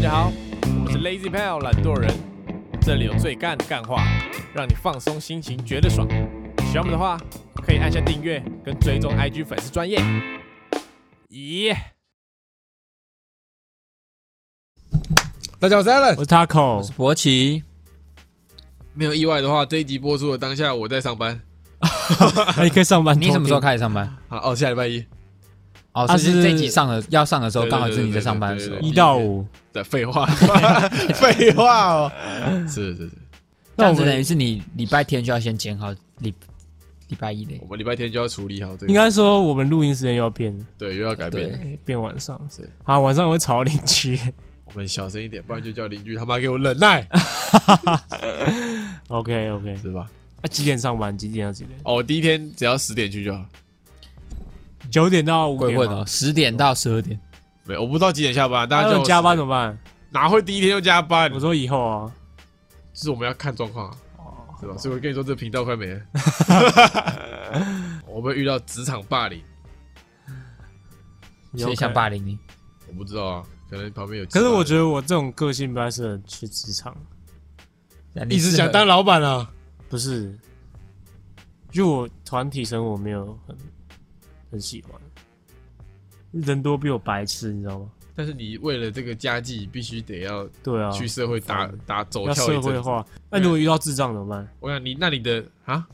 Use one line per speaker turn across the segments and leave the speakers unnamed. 家好，
嗯
我是 Lazy Pal 懒惰人，这里有最干的干话，让你放松心情，觉得爽。喜欢我们的话，可以按下订阅跟追踪 IG 粉丝专业。咦、
大家好，我是 Alan
我。是 Taco，
博奇，
没有意外的话，这一集播出的当下我在上班。
你可以上班。
你什么时候？开始上班？
啊哦，下礼拜一。
哦，
啊
是不是
是
这一集上的要上的时候，
对对
刚好是你在上班的时候
对对。
一到五，
的废话， 废话哦。是是是，
这
那
样
我
子等于
们
是你礼拜天就要先剪好礼礼拜一的
我。们礼拜天就要处理好这个。
应该说我们录音时间又要变，
对，又要改变了。
对，
变晚上
是。
啊，晚上我会吵邻居。
我们小声一点，不然就叫邻居他妈给我忍 耐，
OK OK，
是吧？
啊，几点上班？几点到几点？
哦，我第一天只要十点去就好。
九点到五
会
点
问
吗。
嗯哦，十点到十二点。
没，我不知道几点下班，啊大家
那如
叫
果
我
加班，怎么办？
哪会第一天就加班？
我
就
说以后啊。
是我们要看状况啊，
哦
是吧？所以我跟你说，这频道快 没了。我们遇到职场霸凌，
你
谁
OK
想霸凌你？
我不知道啊，可能旁边有。
可是我觉得我这种个性不太适合去职场，
一直想当老板啊。
不是，就我团体生活没有很很喜欢，人多比我白痴，你知道吗？
但是你为了这个家计，必须得要
对啊，
去社会打、打走
要
跳
社
一
会
阵子。
化。那如果遇到智障怎么办？
我想你那你的啊，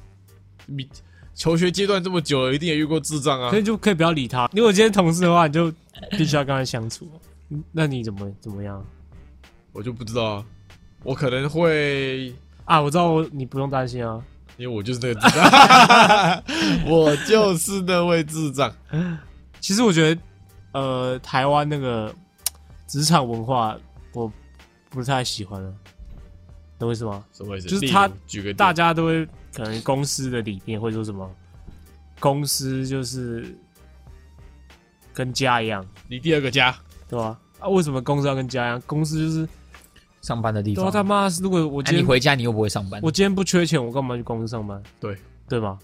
你求学阶段这么久了，一定也遇过智障啊
所。以就可以不要理他。如果今天同事的话，你就必须要跟他相 处。嗯那你怎么怎么样
我就不知道啊，我可能会，
啊？我知道我你不用担心啊。
因为我就是那个智障，我就是那位智障。
其实我觉得，呃，台湾那个职场文化我不太喜欢了，懂我意思吗？
什么意思？
就是
例如
他
举个
大
家
家都会可能公司的理念会说什么，公司就是跟家一样，
你第二个家，
对吧？啊，为什么公司要跟家一样？公司就是
上班的地
对
方
啊，。他妈！如果我
啊
今
你
天
回家你又不会上班。
我今天不缺钱，我干嘛去公司上班？
对
对吧？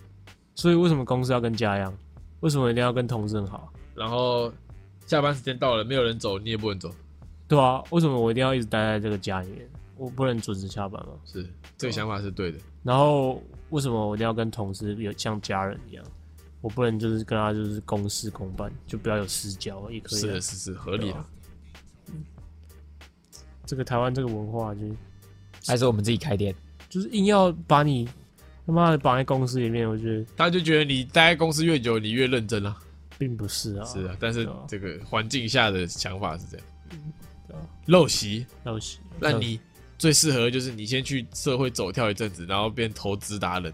所以为什么公司要跟家一样？为什么一定要跟同事很好？
然后下班时间到了，没有人走，你也不能走，
对啊，为什么我一定要一直待在这个家里面？我不能准时下班吗？
是这个想法是对的。
然后为什么我一定要跟同事有像家人一样？我不能就是跟他就是公事公办，就不要有私交也可以
是
啊、
的是是合理
对
的
啊。这个台湾这个文化就是
还是我们自己开店。
就是硬要把你他妈的绑在公司里面，我觉得
大家就觉得你待在公司越久，你越认真啊。
并不是啊。
是啊，但是
对啊
这个环境下的想法是这样
对啊。
陋习，
要死，
那你最适合的就是你先去社会走跳一阵子，然后变投资达人。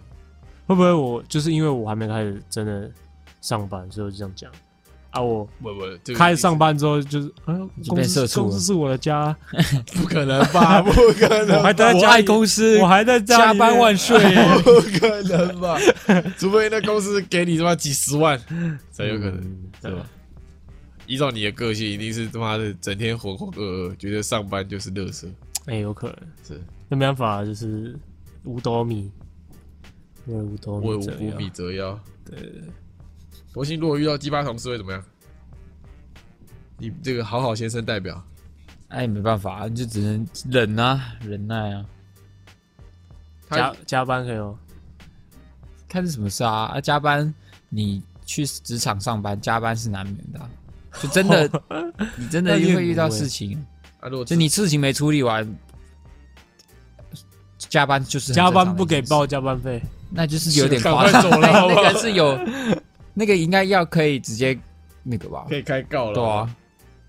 会不会我就是因为我还没开始真的上班，所以我就这样讲啊？我
不不，这个
开始上班之后就是，哎呦，
经
公
被
司
社畜了
公司是我的家，
不可能吧？ 不可能，
我还待在
啊我
家
爱
里，
公司
我，还在家
加
里面
班万岁。
不可能 吧？除非那公司给你他妈几十万，才有可能。
嗯
是吧？
啊
依照你的个性，一定是他妈的整天浑浑噩噩，觉得上班就是乐色。
哎，有可能，
是
那没办法，就是五斗米，为了五斗米啊
我
折
无
腰
米，折腰。对，博鑫，如果遇到鸡巴同事会怎么样？你这个好好先生代表，
哎，没办法，就只能忍啊，忍耐啊。
他
加加班可以吗？
看是什么事啊？啊，加班，你去职场上班，加班是难免的啊、就真的，你真
那
的
也
会遇到
不会
事情，
啊，如果
就你事情没处理完，加班就是很
加
正常
班
的
不给
一件事，
报加班 费，
那就是有点
赶
夸
快
张。
走了好
那
不好
那个是有，那个应该要可以直接那个吧
可？以开告了，
对啊，，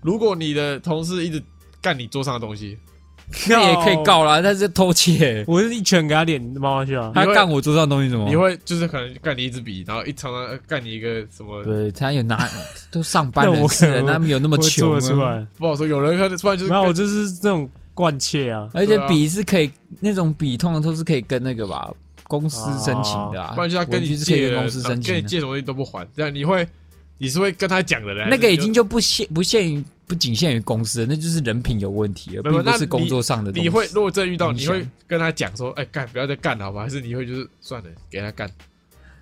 如果你的同事一直干你桌上的东西，
啊那也可以，告啦，但是偷窃，
我是一拳给他脸猫下去啊！
他干我桌上的东西什么
你？会就是可能干你一支笔，然后一常常干你一个什么，
对，他有拿，都上 班
那我
人士了，
可能
他们有那么
我
穷
做
啊
得出
吗？
来，
不好说。有人可能突然就是
然后我
干
就是这种惯窃啊，
而且
对啊
笔是可以，那种笔通常都是可以跟那个吧公司申请的啊，
不然就他跟
文
你
具是可以
借
跟
了，
公司
然后
申
跟你
请的。
借什么东西都不还，这样你会你是会跟他讲的嘞？
那
还
个
是
已
就
经就不限不限于不仅限于公司了，那就是人品有问题了，
没有
并不
那
是工作上的东西。
你会如果真的遇到，
影
你
响
会跟他讲说，哎，干不要再干了，好吧？还是你会就是算了，给他干。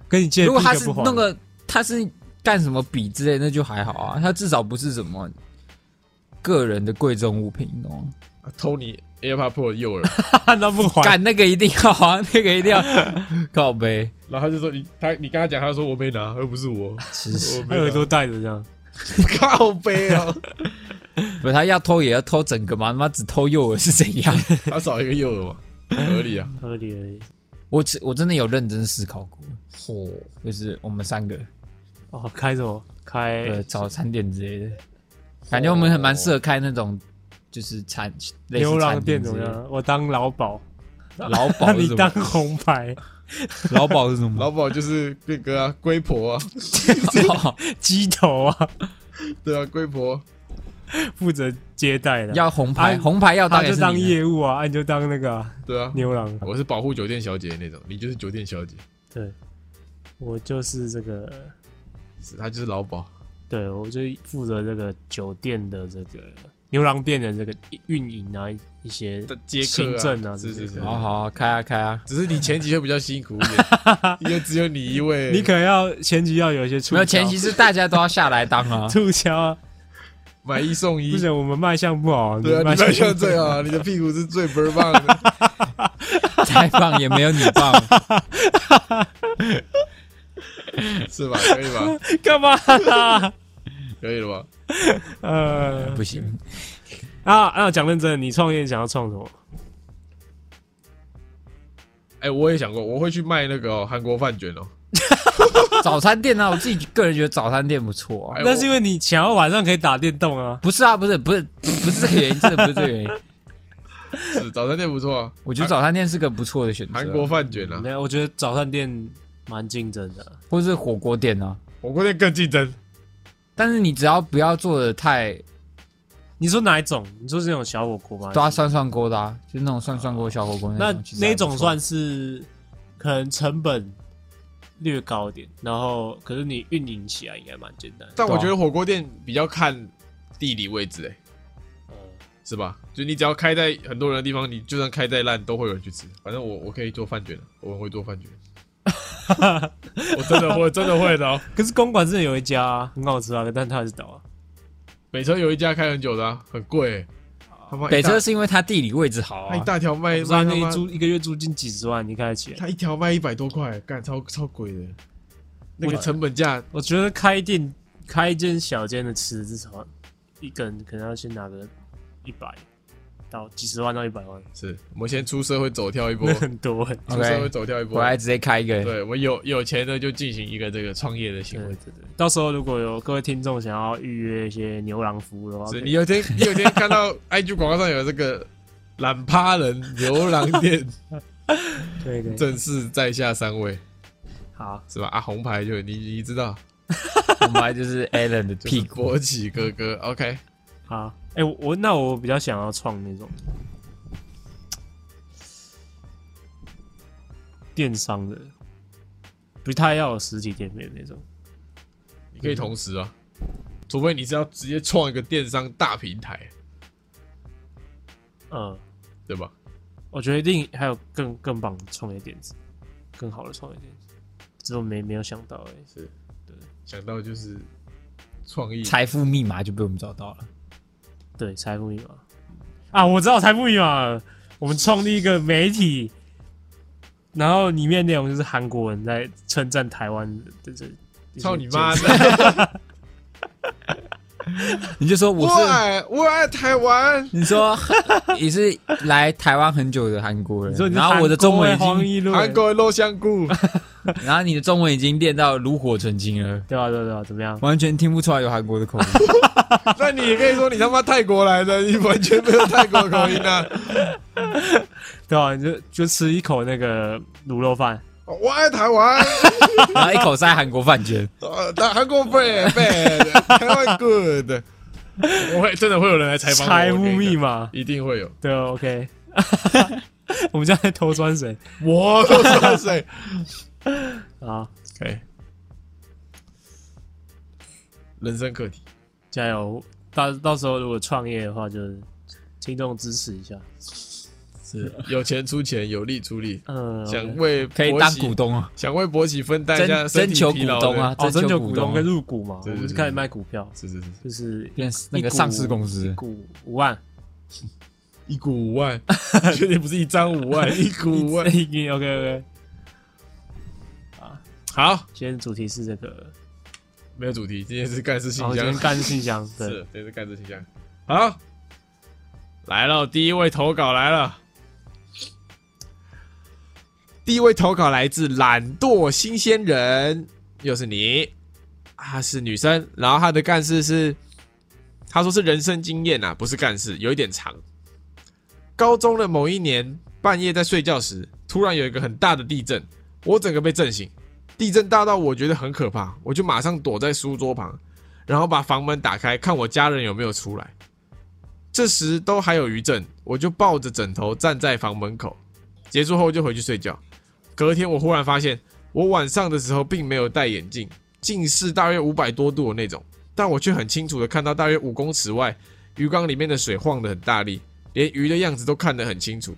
跟你借
如果
第一
他
个
是
不还
那个他是干什么笔之类，那就还好啊，他至少不是什么个人的贵重物品，哦你懂吗？
啊偷你 AirPod Pro 的诱饵，
那不还
干那个一定要啊， 那个一定要靠背，
然后他就说你他你跟他讲，他说我没拿，又不是我，
吃屎！
我没
还有
拿
多带着这样，
靠背
哦
啊，
不是他要偷也要偷整个嘛，他妈只偷诱饵是怎样？
他少一个诱饵嘛，合理啊。
合理而已。
我只我真的有认真思考过，嚯，就是我们三个
哦，开什么？
呃
开
早餐店之类的，感觉我们很蛮适合开那种就是餐类似
牛郎
餐
店怎
之类
么
的？
样？我当老鸨，
劳
那
保是
你
什
当
么？
红牌，
劳保是什么？
老鸨就是那个啊，龟婆啊，
哦
鸡头啊，
对啊，龟婆，
负责接待的。
要红牌，
啊
红牌要当
他
然
就是当
你的
业务啊，啊你就当那个啊
对啊，
牛郎。
我是保护酒店小姐的那种，你就是酒店小姐，
对，我就是这个，
是他就是老鸨，
对我就负责这个酒店的这个牛郎店的这个运营啊，一些
的接
行
客
政啊，
是是是
这些，
好好啊开啊开啊！
只是你前期会比较辛苦一 点，因为只有你一位，
你可能要前期要有一些促销，，
没有前提是大家都要下来当 啊
促销啊，
买一送一
不，行，我们卖相不好，
对啊，
卖
你
相
卖
不好
相最好啊，你的屁股是最倍儿棒的，
再棒也没有你棒。
是吧？可以 吧？
干嘛啦？
可以了吧？
呃，
不行，
啊啊，讲认真的，你创业想要创什么？
哎、我也想过，我会去卖那个哦韩、国饭卷哦。
早餐店啊，我自己个人觉得早餐店不错啊。
哎
那是因为你想要晚上可以打电动啊。
不是啊，不是，不是，不是这个原因，真的不是这 个原因。
是早餐店不错啊，
我觉得早餐店是个不错的选择啊，
韩国饭卷啊，
没有，我觉得早餐店蛮竞争的。啊
或是火锅店啊。
火锅店更竞争。
但是你只要不要做的太，
你说哪一种？你说是那种小火锅吗？
都要涮涮锅的，啊，就是那种涮涮锅、小火锅
那
种。其实还
那
不错
种算是可能成本略高一点，然后可是你运营起来应该蛮简单的。
但我
对啊
觉得火锅店比较看地理位置、欸，是吧？就你只要开在很多人的地方，你就算开再烂，都会有人去吃。反正我我可以做饭卷的，我很会做饭卷。 我真的我真的会的、哦。
可是公馆真的有一家、啊、很好吃啊，但它还是倒啊。
北车有一家开很久的、啊，很贵、欸。他妈一大
北车是因为它地理位置好
他一
啊，
大条卖
不是啊
卖
那
他
一
妈
租一个月租金几十万，你开得起来？
他一条卖一百多块，干超超贵的，那个成本价
我觉得开店开一间小间的吃，至少一个人可能要先拿个一百到几十万到一百万，
是我们先出社会走跳一波
那，很 多欸。
出社会走跳一波
回。来直接开一个。
对我有有钱的就进行一个这个创业的行为。
对对，到时候如果有各位听众想要预约一些牛郎服务的话，
是
可
你
以
有一天你有一天看到 IG 广告上有这个懒趴人牛郎店
可以可以
正式在下三位
好，
是吧？啊，红牌就你你知道，
我们来就是 Alan 的
就是
屁股，
波奇哥哥。OK，
好，哎、我我那我比较想要创那种电商的，不太要有实体店面那种。
你可以同时啊，除非你是要直接创一个电商大平台，
嗯，
对吧？
我觉得一定还有更更棒的创业点子，更好的创业点子，只是我没没有想到而已。
想到就是创意
财富密码就被我们找到了。
对，财富密码啊，我知道财富密码了，我们创立一个媒体，然后里面内容就是韩国人在称赞台湾的这这。
操你妈
的！
的！
你就说
我
我是，
爱我爱台湾，
你说 你是来台湾很久的韩国
你说
人，
你
然后我的中文已
黄
经，
一路
韩国的肉香菇，
然后你的中文已经练到炉火纯青了，
对啊，对啊，对啊，怎么样？
完全听不出来有韩国的 口音。
那你也可以说你他妈泰国来的，你完全没有泰国口音啊！
对啊，你就就吃一口那个卤肉饭，
我爱台湾，
然后一口塞韩国饭圈，
呃，那韩国 bad bad，台湾 good。我会真的会有人来采访我
财务
我跟你讲
密码，
一定会有。
对啊，OK。我们家在偷酸水
我都是谁？
啊，
可以，人生课题。
加油！到到时候如果创业的话，就是听众支持一下，
是有钱出钱，有力出力，
嗯，
想为
哦可以
博
当
喜
股东啊，
想为博喜分担一下
征
身
征
体
求
疲
股
劳
东
的
啊，，
哦，
征
征求
股
股东跟入股嘛，我
对对
们就
对
开始卖股票，
是是是，
就是
变那
一
个
股
上市公司
一，股五万，。
一股五万， 确定不是一张五 万，哎一股五万
OK OK，
好，
今天主题是这个，
没有主题，今天是干事信
然后今
箱
天，干信箱，对
是，今天是干事信箱。好，来了，第一位投稿来了。第一位投稿来自懒惰新鲜人，又是你，她是女生，然后她的干事是，她说是人生经验啊，不是干事，有一点长。高中的某一年半夜在睡觉时，突然有一个很大的地震，我整个被震醒，地震大到我觉得很可怕，我就马上躲在书桌旁，然后把房门打开，看我家人有没有出来。这时都还有余震，我就抱着枕头站在房门口。结束后就回去睡觉。隔天我忽然发现，我晚上的时候并没有戴眼镜，近视大约五百多度的那种，但我却很清楚的看到大约五公尺外鱼缸里面的水晃得很大力，连鱼的样子都看得很清楚。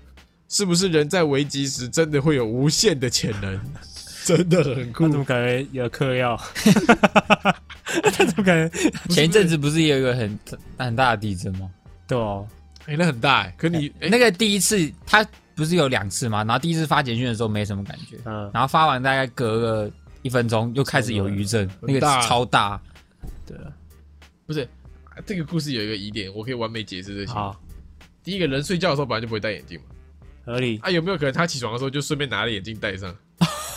是不是人在危机时真的会有无限的潜能？ 真的很酷
我怎么感觉有嗑 药？他怎么感觉？
前一阵子不是也有一个很很大的地震吗？
对哦，
哎、那很大哎、可你、哎
那个第一次他不是有两次吗？然后第一次发简讯的时候没什么感觉，
嗯，
然后发完大概隔个一分钟又开始有余震，那个
大
超大，
对，
不是啊这个故事有一个疑点，我可以完美解释这些。
好，
第一个人睡觉的时候本来就不会戴眼镜嘛，
合理。
啊，有没有可能他起床的时候就顺便拿了眼镜戴上，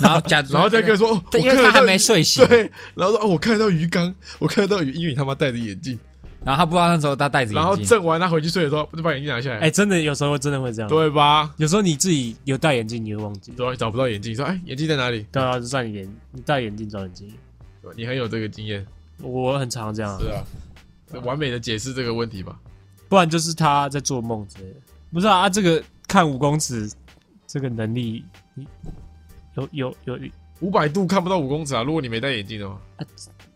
然后假
然后再跟他说，哦
对因为
我
他
看
还
得到
没睡醒，
对，然后说哦，我看得到鱼缸，我看得到鱼，因为你他妈戴着眼镜，
然后他不知道那时候他戴着
然后
眼镜，
震完他回去睡的时候就把眼镜拿下来，
哎，真的有时候真的会这样，
对吧？
有时候你自己有戴眼镜，你会忘记。
然后找不到眼镜，说哎，眼镜在哪里？
对啊，就算你眼，你戴眼镜找眼镜，
你很有这个经验，
我很常这样啊
是，啊，这完美的解释这个问题吧。
不然就是他在做梦之类的。不是啊，啊这个看五公尺这个能力，你有有有
五百度看不到五公尺啊，如果你没戴眼镜的话，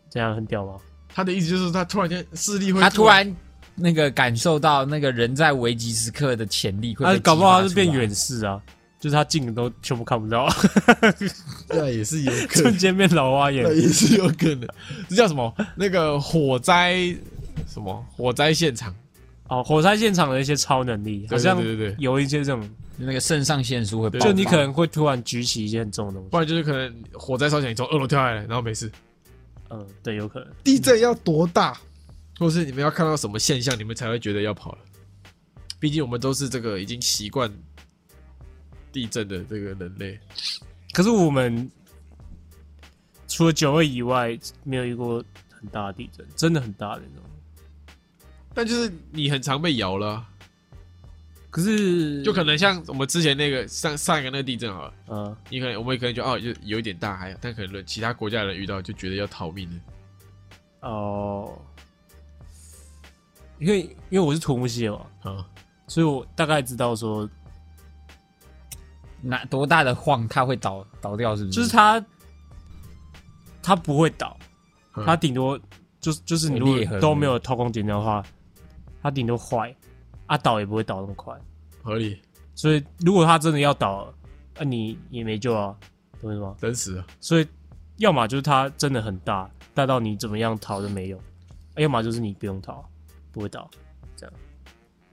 这样很屌吗？
他的意思就是他突然间视力会
他突然那个感受到那个人在危急时刻的潜力会
啊
被，激发
搞
出
不
来，
好他是变远视啊，就是他近的都全部看 不到，
对啊，也是有可能
瞬。间变老花眼
那。也是有可能。这叫什么？那个火灾什么火灾现场？
哦，火灾现场的一些超能力，好
对
像
对对对对
有一些这种，
那个肾上腺素会爆发，
就你可能会突然举起一些很重的东西
不。然就是可能火灾烧起来，你从二楼跳下来，然后没事。
嗯，对，有可能。
地震要多大，或是你们要看到什么现象，你们才会觉得要跑了？毕竟我们都是这个已经习惯地震的这个人类。
可是我们除了九二以外，没有遇过很大的地震，真的很大的那种。
但就是你很常被摇了啊，
可是
就可能像我们之前那个上上一个那个地震好了，
嗯，
你可能我们也可能觉得哦，就有一点大还好，但可能其他国家的人遇到就觉得要逃命了。
哦，因为因为我是土木系的嘛，
啊，
所以我大概知道说，
嗯
哪多大的晃他会倒倒掉，是不
就是它它不会倒，
嗯
它顶多就是就是你如
有裂痕
果都没有偷工减料的话，它顶多坏，啊倒也不会倒那么快。
合理，
所以如果它真的要倒了，啊你也没救啊，懂我意思吗？
等死了。
所以要么就是它真的很大，大到你怎么样逃都没用；啊要么就是你不用逃，不会倒。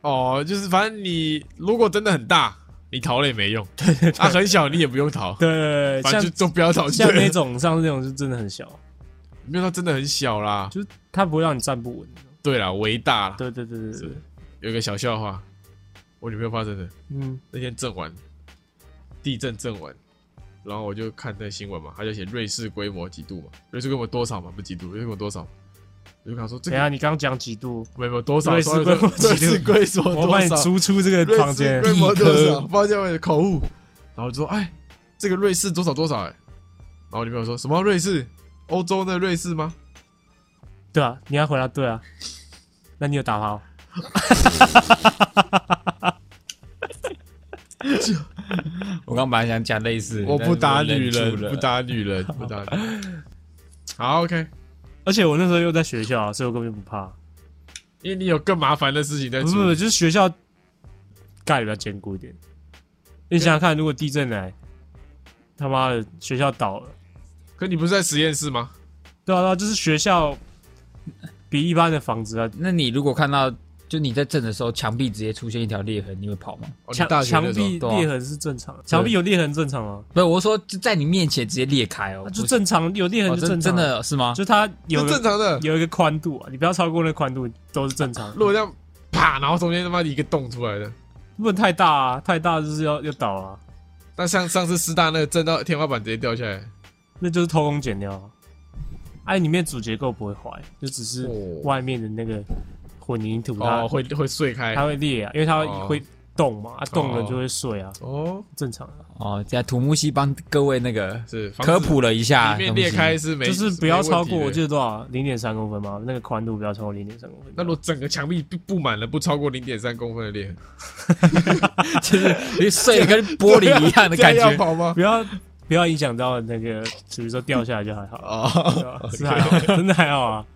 哦，就是反正你如果真的很大，你逃了也没用；啊，很小你也不用逃，
对，
反正
像
就都不要逃。
像那
对，
种上次那种是真的很小，
没有它真的很小啦。
就是它不会让你站不稳。
对啦，伟大啦。
对对对对
是
对，
有一个小笑话，我女朋友发生的。
嗯，
那天震完，地震震完，然后我就看那新闻嘛，他就写瑞士规模几度嘛，瑞士规模多少嘛，不几度，瑞士规模多少。我就跟他说这
等
个
一下你刚刚讲几度？
没有没有多少，
瑞士规模
瑞士
几度
规模
我把
多
你
少？
逐出这 个
瑞
房
士
间。
规模
地
多
科
少？抱歉，我的口误。然后就说，哎，这个瑞士多少多少哎、然后我女朋友说什么瑞士？欧洲的瑞士吗？
对啊，你要回答对啊。那你有打炮？
我刚本来想讲类似，
我不打
但是
女
我忍住
人，
了
不打女 人，不打女人。好，OK，
而且我那时候又在学校啊，所以我根本就不怕。
因为你有更麻烦的事情在
不是，不
做
是，。就是学校盖的比较坚固一点。你想想看，如果地震来，他妈的学校倒了，
可你不是在实验室吗？
对啊，对啊，就是学校比一般的房子啊，
哦
那你如果看到，就你在震的时候，墙壁直接出现一条裂痕，你会跑吗？
哦，你
墙
大学
墙
那时候哦
壁
对啊
裂痕是正常的，墙壁有裂痕正常啊，
不是，我说就在你面前直接裂开哦，
就
不是
正常有裂痕
哦
就
真
正常，
真，的是吗？
就它有
这
个
正常 的。
有一个宽度啊，你不要超过那个宽度都是正 常的，
如果这样啪，然后中间他妈一个洞出来的，
不能太大啊，太大就是要要倒啊，
那像上次师大那个震到天花板直接掉下来，
那就是偷工减料啊。哎，里面主结构不会坏，就只是
哦
外面的那个混凝土它、
哦，会会碎开
它，会裂啊，因为它
哦
会动嘛，啊动了
哦
就会碎啊，
哦，
正常啊。
哦，在土木系帮各位那个
是房子
科普了一下，
里面裂开
东西
是没，
啊就是不要超过，
没
我
问题
记
的
得多少零点三公分嘛，那个宽度不要超过零点三公分。
那如果整个墙壁布布满了不超过零点三公分的裂痕，
就是碎的跟玻璃一样 的感
这要
觉。
跑吗？
不要不要影响到那个，比如说掉下来就还好，对
哦，
吧是还好，真的还好啊。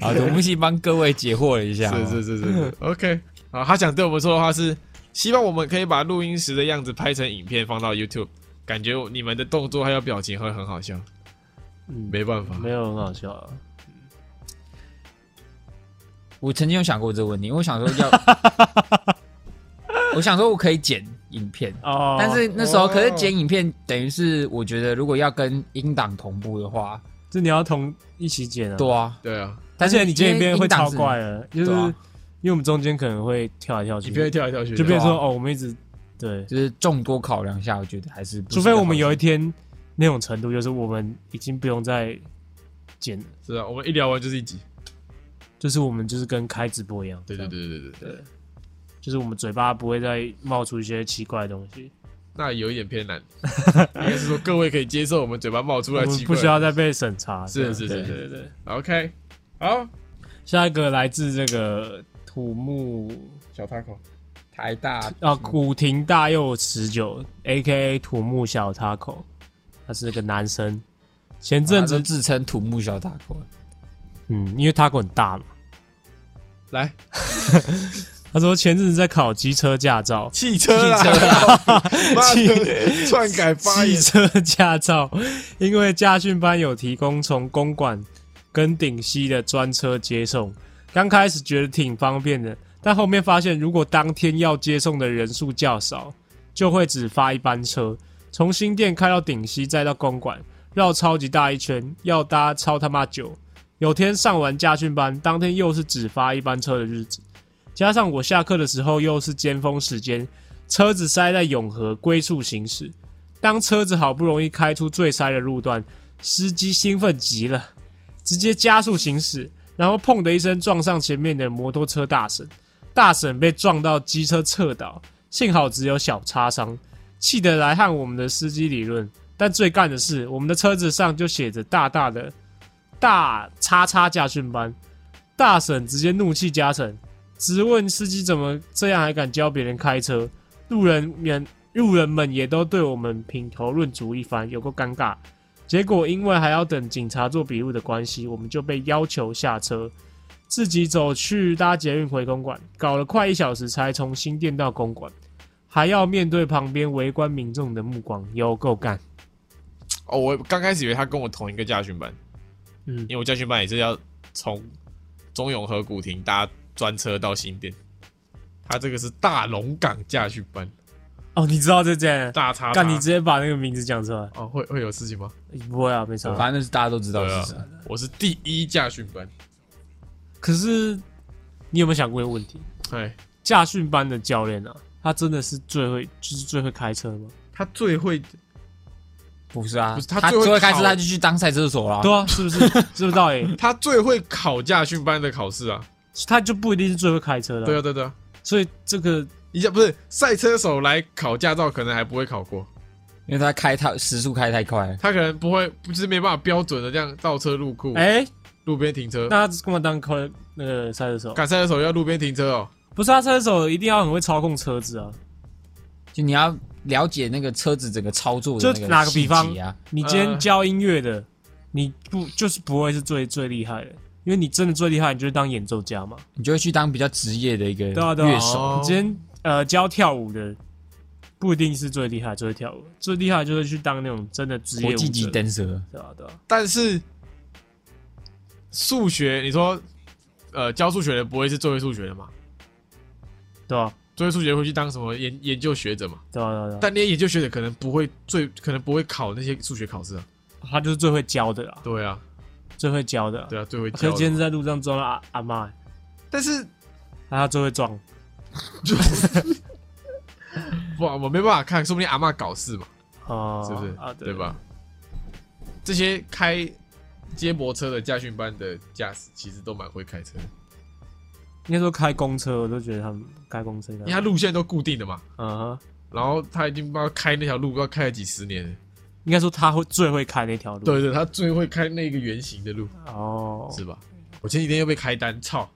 啊，土木系帮各位解惑了一下哦，
是是是是是，OK。好，他想对我们说的话是，希望我们可以把录音时的样子拍成影片放到 YouTube，感觉你们的动作还有表情会很好笑。
嗯，
没办法，
没有很好笑啊。
我曾经有想过这个问题，因为我想说 要，我想说我可以剪影片，
哦，
但是那时候
哦
可是剪影片等于是我觉得如果要跟音档同步的话，
就你要同一起剪啊。
对啊，
对啊，
嗯而
但是
且你见一遍会超怪
因为音档是，
的，就是
对啊
因为我们中间可能会跳来跳去
你，不要跳来跳去的，
就变成说
对
哦，我们一直对，
就是众多考量下，我觉得还是不是
除非我们
一个
有
好
一天那种程度，就是我们已经不用再剪了，
是啊，我们一聊完就是一集。
就是我们就是跟开直播一样，
对
这
对
样，
对对对对，
就是我们嘴巴不会再冒出一些奇怪的东西，
那有一点偏难，应该是说各位可以接受我们嘴巴冒出
我
来
们
奇
不
怪。
需要再被审查。这
是
样
是是
对对
是
对对。
OK，好，
下一个来自这个土木
小 taco，
台大
啊，古亭大佑持久，A K A 土木小 Taco，他是个男生。前阵
政
子
治，自称土木小大口，
嗯，因为 Taco 很大嘛，
来
他说前阵子在考机车驾照，
汽车啦，
汽车
妈的篡改发
汽
言，
车驾照，因为驾训班有提供从公馆跟顶溪的专车接送，刚开始觉得挺方便的，但后面发现如果当天要接送的人数较少，就会只发一班车，从新店开到顶溪，再到公馆，绕超级大一圈，要搭超他妈久。有天上完驾训班，当天又是只发一班车的日子，加上我下课的时候又是尖峰时间，车子塞在永和龟处行驶，当车子好不容易开出最塞的路段，司机兴奋极了，直接加速行驶，然后砰的一声撞上前面的摩托车大婶，大婶被撞到机车侧倒，幸好只有小擦伤，气得来和我们的司机理论。但最干的是，我们的车子上就写着大大的“大叉叉驾训班”，大婶直接怒气加成，直问司机怎么这样还敢教别人开车，路人免路人们也都对我们品头论足一番，有够尴尬。结果因为还要等警察做笔录的关系，我们就被要求下车，自己走去搭捷运回公馆，搞了快一小时才从新店到公馆，还要面对旁边围观民众的目光，有够干。
哦，我刚开始以为他跟我同一个驾训班，
嗯
因为我驾训班也是要从中永和古亭搭专车到新店，他这个是大龙港驾训班，
哦，你知道这件？
大叉叉
干，你直接把那个名字讲出来，
哦，会会有事情吗？
不会啊，没啥。
反正是大家都知道
对啊
哦是谁。
我是第一驾训班，
可是你有没有想过一个问题？
哎，
驾训班的教练啊，他真的是最会，就是最会开车吗？
他最会
不是啊
不是，他
他
最会
最会开车，
考
他就去当赛车手了啊。
对啊，是不是？ 是不是道欸理？
他最会考驾训班的考试啊，
他就不一定是最会开车的啊、
对啊对啊对啊，
所以这个
一下不是赛车手来考驾照可能还不会考过，
因为他开太时速开太快了，
他可能不会不是没办法标准的这样倒车入库，
哎、
路边停车，
那他干嘛当开那个赛车手？
赶赛车手要路边停车哦。
不是啊，赛车手一定要很会操控车子啊。
就你要了解那个车子整个操作的
就
那
拿个
细
比方
节啊，
你今天
呃
教音乐的，你不就是不会是最最厉害的？因为你真的最厉害，你就是当演奏家嘛。啊
你就会去当比较职业的一个
对啊，对啊。
乐手。
你今天呃教跳舞的，不一定是最厉害，最会跳舞，最厉害就是去当那种真的职业
国
舞
际级
者，对
dancer，
吧、对吧、啊
但是数学，你说呃教数学的不会是最会数学的嘛？
对吧、啊
最会数学会去当什么研研究学者嘛？
对吧、对吧、啊对吧、
但那些研究学者可能不会最可能不会考那些数学考试啊。
他就是最会教的啦，
对啊，
最会教的啦。
对啊，最会
可
教
是今
的。
天在路上撞到阿阿妈、欸，
但是
他最会撞，
哇，我没办法看，说不定阿嬷搞事嘛，
哦、
是不是？
啊，
对？吧？这些开接驳车的驾训班的驾驶，其实都蛮会开车的，
应该说开公车，我都觉得他们开公车的
因为，他路线都固定的嘛。
嗯哼，
然后他已经不知道开那条路，不知道开了几十年了。
应该说他会最会开那条路。
对对，他最会开那个圆形的路，
哦，
是吧？我前几天又被开单，操！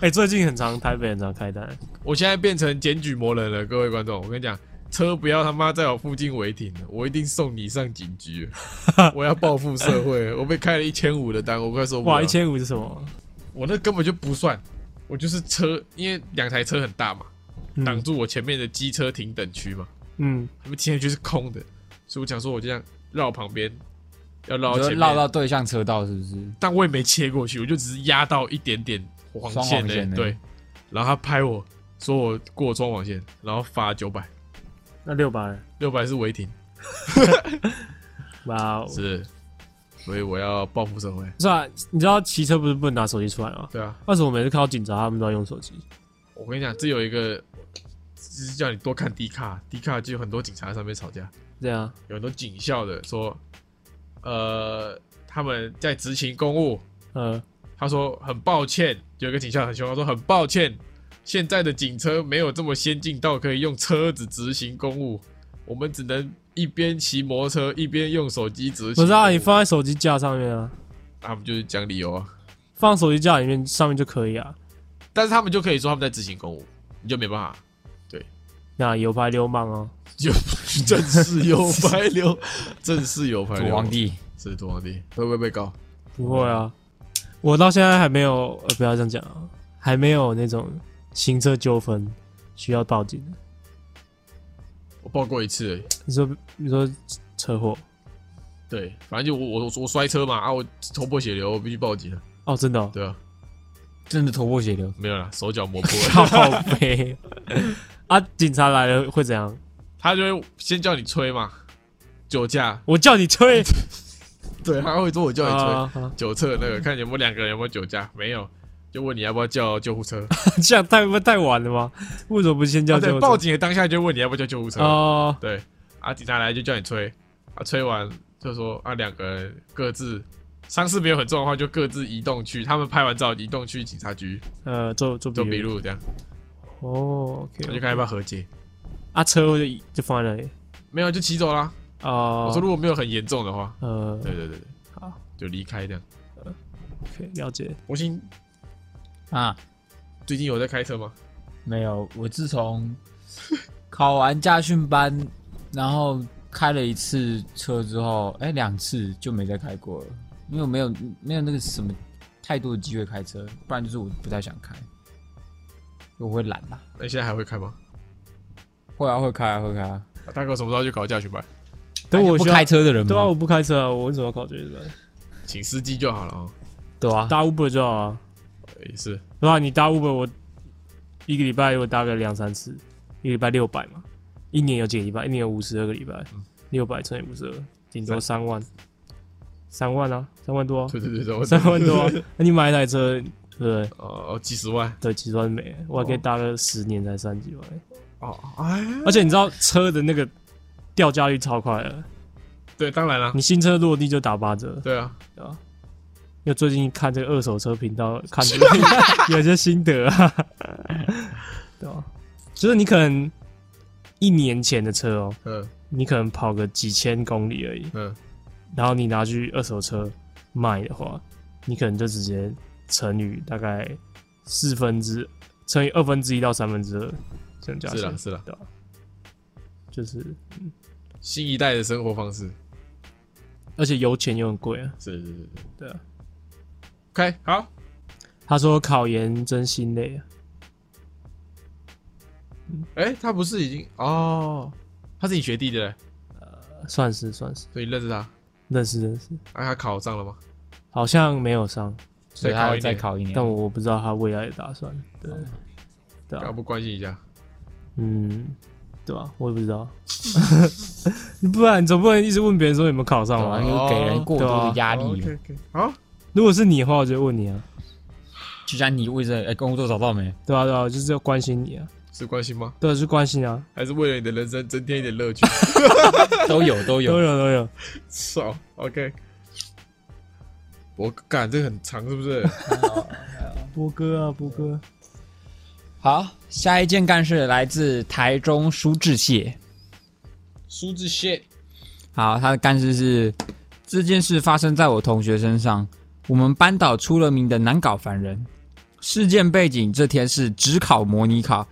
哎、最近很常台北很常开单，
我现在变成检举魔人了，各位观众，我跟你讲，车不要他妈在我附近违停了，我一定送你上警局 了，我要报复社会，我被开了一千五的单，我快受不了。
哇，一，千五是什么？
我那根本就不算，我就是车，因为两台车很大嘛，
嗯
挡住我前面的机车停等区嘛，
嗯，
他们停等区是空的，所以我想说我就这样绕旁边，要绕
你
到
说
前面
绕到对向车道是不是？
但我也没切过去，我就只是压到一点点黄
双
线
黄
的、
线而已
对。然后他拍我说我过双黄线，然后罚九百，
那六百，
六百是违停，
哇、哦，
是，所以我要报复社会。
是啊，你知道骑车不是不能拿手机出来吗？
对啊，
为什么每次看到警察他们都要用手机？
我跟你讲，这有一个，就是叫你多看 D 卡，D 卡就有很多警察在上面吵架，
对啊，
有很多警校的说，呃，他们在执行公务，
呃，
他说很抱歉，有一个警校很凶，他说很抱歉，现在的警车没有这么先进到可以用车子执行公务，我们只能一边骑摩托车一边用手机执行公务。
不是啊，你放在手机架上面啊，
他们就是讲理由啊，
放手机架里面上面就可以啊。
但是他们就可以说他们在执行公务，你就没办法，
那有牌流氓哦，
就正式有牌流，正式有牌
土
流，
皇帝，
是土皇帝，会不会被告？
不会啊，我到现在还没有，呃，不要这样讲啊，还没有那种行车纠纷需要报警的。
我报过一次而已，
你说，你说车祸？
对，反正就我我我摔车嘛啊，我头破血流，我必须报警了，
哦，真的、哦，
对啊，
真的头破血流。
没有啦，手脚磨破了。
靠背 啊！警察来了会怎样？
他就会先叫你吹嘛，酒驾，
我叫你吹，
对，他会说我叫你吹、
啊啊
酒测那个，看有没有两个人有没有酒驾，没有，就问你要不要叫救护车。
这样太太晚了吗？为什么不先 叫
啊
救
对，
护
报
车？
警的当下就问你要不要叫救护车。
哦，
对，啊，警察来就叫你吹，啊，吹完就说啊，两个人各自伤势没有很重的话，就各自移动去，他们拍完照移动去警察局
呃，做做
做
笔
笔
录。
录这样，
哦，OK，
那就看要不要和解。
啊，车祸就就放在那里。
没有就骑走啦。
哦，
我说如果没有很严重的话，
呃
对对对对，
好，
就离开这样。
，OK，了解。
博鑫
啊，
最近有在开车吗？
没有，我自 从考完驾训班，然后开了一次车之后，哎、两次就没再开过了，因为我没有没有那个什么太多的机会开车，不然就是我不太想开，我会懒啊啦。
那你现在还会开吗？
会啊，会开啊，会开啊。
啊大哥什么时候去搞驾训班？哎
等我
不
需要
开，车的人吗？
对啊，我不开车啊，我为什么要考这个？
请司机就好了哦。
对啊，
搭 Uber 就好啊，
也是，
对吧？你搭 Uber，我一个礼拜我搭个两三次，一个礼拜六百嘛，一年有几个礼拜？一年有五十二个礼拜，
嗯
六百乘以五十二，顶多三万，三万啊，三万多啊，
对对对对，我
三万多啊。那你买一台车，对不对？
哦哦，几十万
对，几十万美，我还可以搭个十年才三十几万。
哦，哎，
而且你知道车的那个掉价率超快
嗯
的，
对，当然啦，
你新车落地就打八折，
对啊，
对吧？因为最近看这个二手车频道，看这个 有些心得啊， 对吧？就是你可能一年前的车哦，
嗯
你可能跑个几千公里而已，
嗯，
然后你拿去二手车卖的话，你可能就直接乘以大概四分之乘以二分之一到三分之二这样加起
是
来
啦，是啦，
对吧？就是，
新一代的生活方式
而且油钱又很贵啊。
是是是是，
对啊。
OK，好，
他说考研真心累啊，
哎、他不是已经哦，他是你学弟的嘞，
算是算是
所以你认识他。
认识认识，
哎、他考上了吗？
好像没有伤，
所以
再
他
考
要
一
再
年
考一年。
但我我不知道他未来的打算。对，对
要
啊，
不关心一下？
嗯，对吧、我也不知道， 不然总不能一直问别人说有没有考上
好
吧？
吧，
对
啊因为给人过多
对啊
的压
哦
力了。
OK，OK 好，
如果是你的话，我就问你啊，
就像你为这哎工作找到没？
对啊对啊，我就是要关心你啊，
是关心吗？
对啊，是关心啊，
还是为了你的人生增添一点乐趣？
都有都
都
有。
有都有，
操，OK。我干，这个很长是不是？
波哥啊波哥，
好，下一件干事来自台中苏志燮。
苏志燮，
好，他的干事是这件事发生在我同学身上，我们班导出了名的难搞烦人。事件背景：这天是只考模拟考，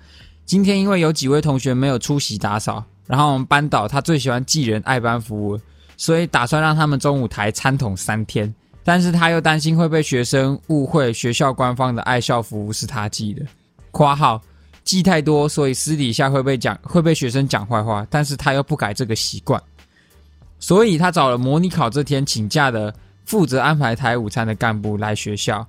今天因为有几位同学没有出席打扫，然后我们班导他最喜欢记人爱班服务，所以打算让他们中午抬餐桶三天。但是他又担心会被学生误会学校官方的爱校服务是他记的（括号记太多，所以私底下会被讲会被学生讲坏话），但是他又不改这个习惯。所以他找了模拟考这天请假的负责安排台午餐的干部来学校，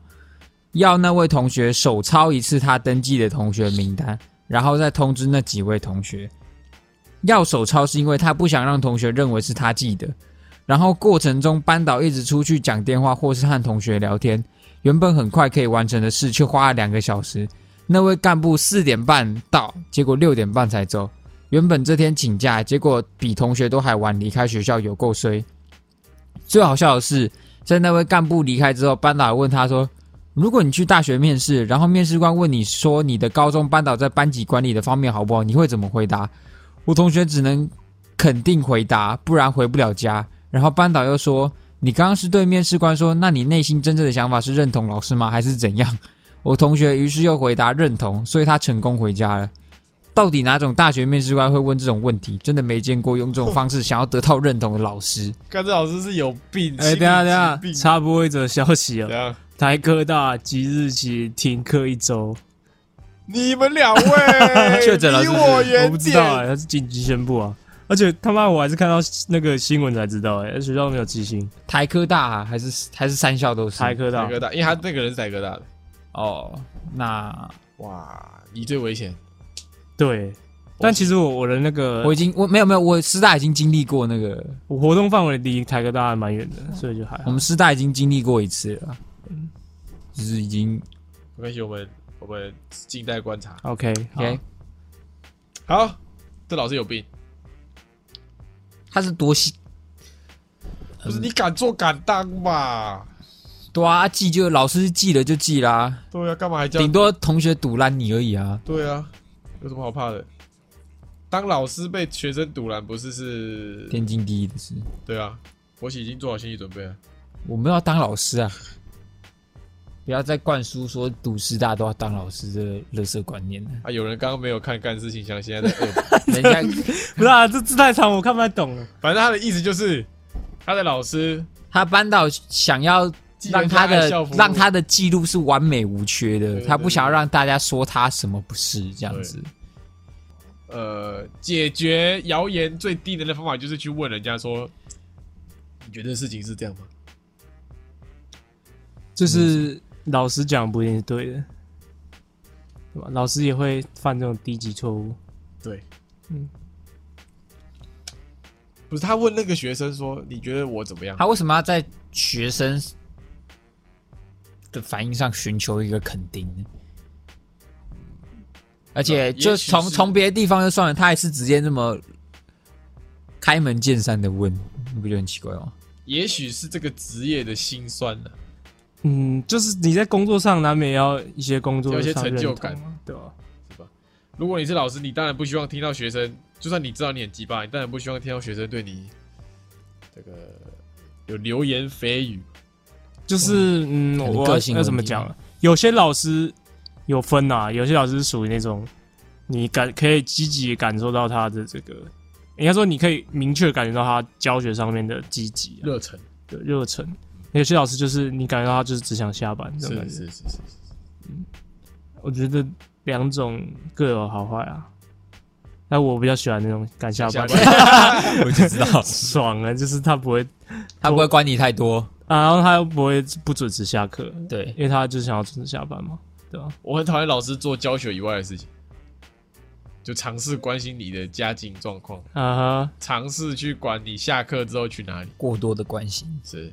要那位同学手抄一次他登记的同学名单，然后再通知那几位同学。要手抄是因为他不想让同学认为是他记的。然后过程中，班导一直出去讲电话或是和同学聊天，原本很快可以完成的事，却花了两个小时。那位干部四点半到，结果六点半才走。原本这天请假，结果比同学都还晚离开学校，有够衰。最好笑的是，在那位干部离开之后，班导问他说：“如果你去大学面试，然后面试官问你说你的高中班导在班级管理的方面好不好，你会怎么回答？”我同学只能肯定回答，不然回不了家。然后班导又说：“你刚刚是对面试官说，那你内心真正的想法是认同老师吗，还是怎样？”我同学于是又回答认同，所以他成功回家了。到底哪种大学面试官会问这种问题？真的没见过用这种方式想要得到认同的老师。
干这老师是有病。
哎，
心理
等一下
疾
等一
病
下，插播一则消息
怎
啊，
样？
台科大即日起停课一周，
你们两 位
确诊了
离
是不是
哎我
我
远
不知道
点。
哎，他是紧急宣布啊，而且他妈我还是看到那个新闻才知道哎，学校没有记性，
台科大、啊、还是还是三校都是
台科大
台。科大，因为他那个人是台科大的。
哦，那
哇，你最危险。
对，但其实我我的那个
我已经我没有没有，我师大已经经历过那个，
我哦活动范围离台科大还蛮远的，所以就还
我
好。
们师大已经经历过一次了，就是已经
没关系，我们我们静待观察。
OK
OK，
好，这老师有病，
他是多细
嗯
不是你敢做敢当嘛？
多啊，记就老师记了就记啦，
对啊，干嘛还叫
顶？多同学堵拦你而已啊。
对啊，有什么好怕的？当老师被学生堵拦，不是是？
天经地义的事，
对啊，我已经做好心理准备了。。
我们要当老师啊，不要再灌输说读师大都要当老师的垃圾观念了
啊，有人刚刚没有看干事信箱，现在在恶补。
人家
不是啊，这字太长，我看不太懂了。
反正他的意思就是，他的老师
他班导想要
记得
让他
爱
的
校服
让他的记录是完美无
对
缺的，
对
他不想要让大家说他什么不是这样子。
呃，解决谣言最低能的方法就是去问人家说，你觉得事情是这样吗？
嗯
就是
老师讲不一定是对的，对吧？老师也会犯这种低级错误。
对，
嗯，
不是他问那个学生说，你觉得我怎么样？
他为什么要在学生的反应上寻求一个肯定呢？而且就
也许
从
是
从别的地方就算了，他还是直接这么开门见山的问，你不觉得很奇怪吗？
也许是这个职业的辛酸啊呢、
嗯，就是你在工作上难免要一些工作
有一些
上
成
认
就
同
感
啊，对吧？
如果你是老师，你当然不希望听到学生，就算你知道你很鸡巴，你当然不希望听到学生对你这个有流言蜚语。
就是嗯，
可能
我
个性
要
问
怎么
题
讲
吧
啊？有些老师有分啊，有些老师是属于那种你感可以积极地感受到他的这个，应该说你可以明确地感觉到他教学上面的积极、啊、
热忱，
的热忱。有些老师就是你感觉到他就是只想下班，
是
这种感
是
觉
是是是，
我觉得两种各有好坏啊。那我比较喜欢那种赶下
下
班，
班
我就知道
爽啊！就是他不会
他不会管你太多。
啊，然后他又不会不准时下课，
对，
因为他就是想要准时下班嘛，对吧、
我很讨厌老师做教学以外的事情，就尝试关心你的家境状况，
啊？啊
尝试去管你下课之后去哪里。
过多的关心，
是，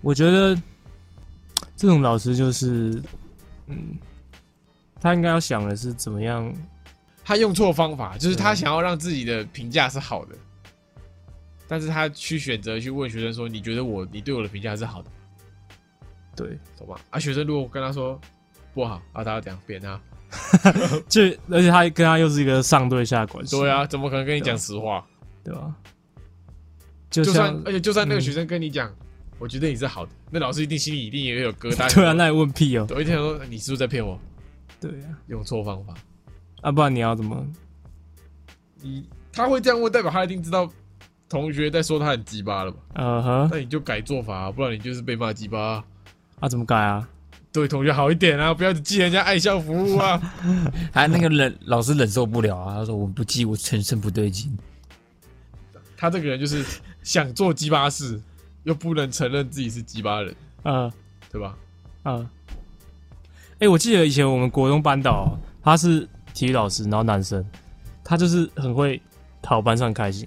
我觉得这种老师就是，嗯，他应该要想的是怎么样，
他用错方法，就是
嗯
他想要让自己的评价是好的，但是他去选择去问学生说：“你觉得我你对我的评价是好的吗，
对，
懂吗？”啊，学生如果跟他说不好，啊，他要怎样扁他？
就而且他跟他又是一个上对下的关系，
对，啊，怎么可能跟你讲实话？
对吧、就
就算
像嗯
而且就算那个学生跟你讲，我觉得你是好的，那老师一定心里一定也有疙瘩。
对啊，那也问屁哦，
有一天说你是不是在骗我？
对啊，
用错方法，
啊，不然你要怎么？
你他会这样问，代表他一定知道同学在说他很鸡巴了吧？
呃呵，
那你就改做法、啊不然你就是被骂鸡巴啊、
啊，怎么改啊？
对同学好一点啊，不要只记人家爱校服务啊。
还那个忍老师忍受不了啊，他说我不记，我全身不对劲。
他这个人就是想做鸡巴事，又不能承认自己是鸡巴人，
呃，
对吧？
嗯，哎、我记得以前我们国中班导，他是体育老师，然后男生，他就是很会讨班上开心，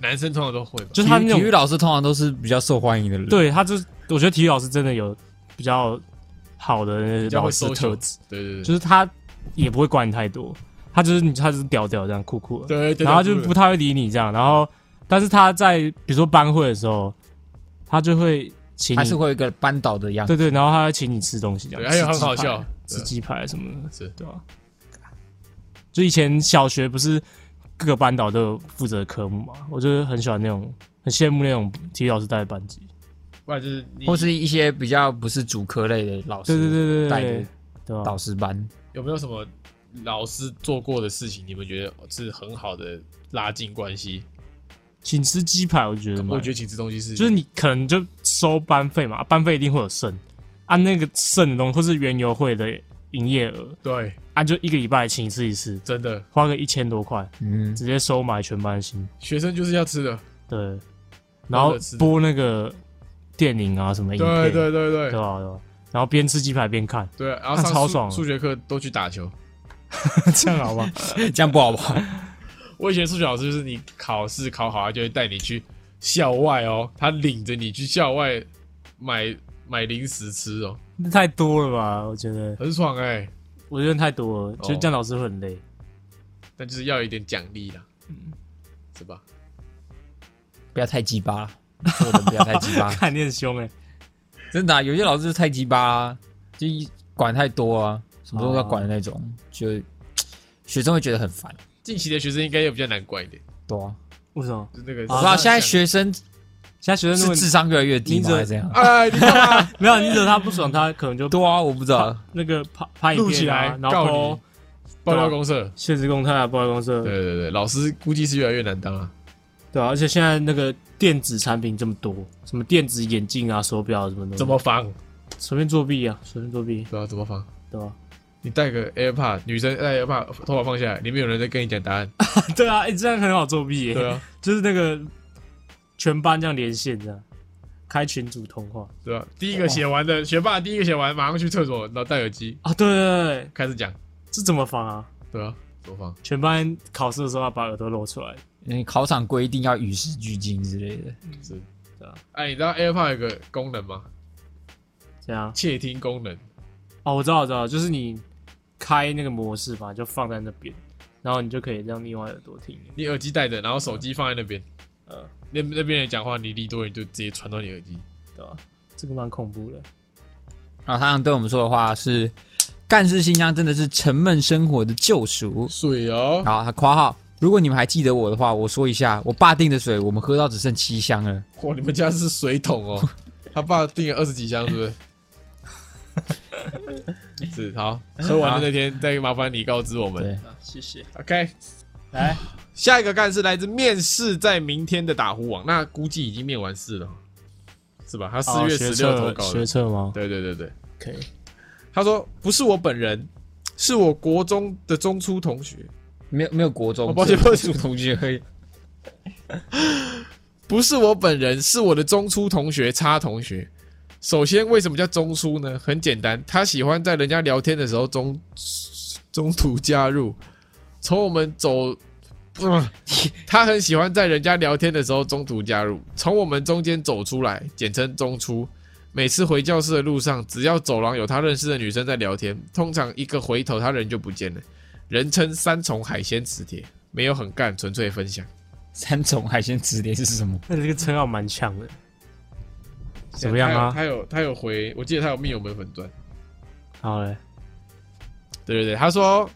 男生通常都会吧，
就是他
体
那
育体育
种，
老师通常都是比较受欢迎的人，，
对他就是，我觉得体育老师真的有比较好的那
比
个
较
老
会
师
收
特
球
质，，
对对对，
就是他也不会管你太多，他就是你，他就是屌屌这样酷酷的，
对对，
然后就不太会理你这样，然后但是他在比如说班会的时候，他就会请
还是
你，
会有一个扳倒的样子。
对对，然后他会请你吃东西这
对，
样，
还有
吃
很
鸡
好
排
笑，
吃鸡排什么的，
是
对啊？就以前小学不是各个班导都有负责科目嘛，我就是很喜欢那种，很羡慕那种体育老师带的班级。
不然就是你
或是一些比较不是主科类的老师，
对对对对
带
对
的，
对啊吧
导？师班，
有没有什么老师做过的事情，你们觉得是很好的拉近关系？
请吃鸡排，我觉得蛮，
我觉得请吃东西是
就是你可能就收班费嘛，班费一定会有剩，按、那个剩的东西或是园游会的营业额，
对，
按、就一个礼拜请一次一次，
真的
花个一千多块，
嗯，
直接收买全班的心。
学生就是要吃的，
对，然后
热吃的
播那个电影啊什么影片，
对对对对
对吧、对吧、啊然后边吃鸡排边看，
对，然后
那
上
超
数
爽的
数学课都去打球。
这样好不好？
这样不好吧？
我以前数学老师就是你考试考好，他就会带你去校外哦，他领着你去校外买买零食吃哦，
那太多了吧？我觉得，
很爽哎、
我觉得太多了，
哦
觉得这样老师会很累。
但就是要有一点奖励啦，
嗯
是吧？
不要太鸡巴了，做人不要太鸡巴，
看你很凶哎、
真的啊、有些老师就太鸡巴、啊，就一管太多啊，什么都要管的那种，就学生会觉得很烦，
近期的学生应该也比较难管一点，
对啊。
为什么？
就是那个。
我
啊
不知道现在学生
现在学生如
是
果
智商越来越低
你
吗？
这
还是怎样？
啊
哎，你干嘛？
没有，你惹他不爽，他可能就
对啊，我不知道，
那个拍拍影
录起
片啊
来，
然
告
后
你
po
爆料公社。
现实公开啊，不好公社，
对对对，老师估计是越来越难当了。
对啊，而且现在那个电子产品这么多，什么电子眼镜啊、手表啊什么的，
怎么防？
随便作弊啊，随便作弊，
对啊，怎么防？
对吧、
你戴个 AirPod，女生戴 AirPod，头发放下来，里面有人在跟你讲答案。
对啊，哎、这样很好作弊耶、
对啊，
就是那个全班这样连线这样，开群组通话
对啊，第一个写完的学霸，第一个写完马上去厕所，然后戴耳机
啊，对对对，
开始讲。
这怎么防啊？
对啊，怎么防？
全班考试的时候要把耳朵露出来，
嗯，考场规定要与时俱进之类的。
是，
对啊
哎，你知道 AirPod 有个功能吗？
这样
窃听功能。
哦，我知道我知道，就是你开那个模式嘛，就放在那边，然后你就可以让另外耳朵听。
你耳机戴着，然后手机放在那边，
呃，
那那边人讲话，你离多远就直接传到你耳机。
对吧、这个蛮恐怖的，
然后他想对我们说的话是：干事信箱真的是沉闷生活的救赎。
水哦，
然后他括号，如果你们还记得我的话，我说一下，我爸订的水我们喝到只剩七箱了。
哇，你们家是水桶 哦。他爸订了二十几箱，是不 是？是好，
嗯
喝完的那天再麻烦你告知我们。
对，
啊，谢谢。
OK，
来，
下一个干是来自面试，在明天的打呼网，那估计已经面完试了，是吧？他四月
哦学
十六
测
投稿
学
的，
测吗
对对对对。
？OK，
他说不是我本人，是我国中的中初同学，
没有没有国中，
哦抱歉抱歉
只有国中同学而已。
不是我本人，是我的中初同学差同学。首先，为什么叫中初呢？很简单，他喜欢在人家聊天的时候中中途加入，从我们走。嗯他很喜欢在人家聊天的时候中途加入，从我们中间走出来，简称中出。每次回教室的路上，只要走廊有他认识的女生在聊天，通常一个回头，他人就不见了，人称三重海鲜磁铁，没有很干，纯粹分享。
三重海鲜指点是什么？
那这个称号蛮强的，怎么样啊
他有他有他有回，我记得他有密友们粉钻。
好嘞，
对对对，他说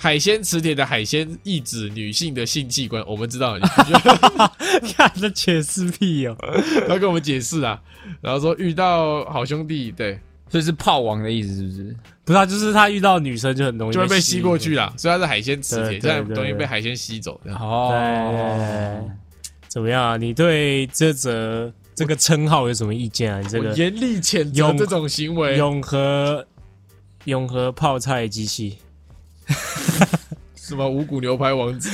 海鲜磁铁的海鲜意指女性的性器官，我们知道，你不需要
看这解释屁哦，
他跟我们解释啊。然后说遇到好兄弟，对，
所以是炮王的意思，是不是？
不是啊，就是他遇到女生就很容易
就会被
吸
吸
引
过去。啦。所以它是海鲜磁铁，
对对
现在东
对
西
对
被海鲜吸走。这样
对
哦，，
怎么样啊？你对这则这个称号有什么意见啊？你这
我
个
严厉谴责
永
这种行为。
永和永和泡菜机器
什么五谷牛排王 子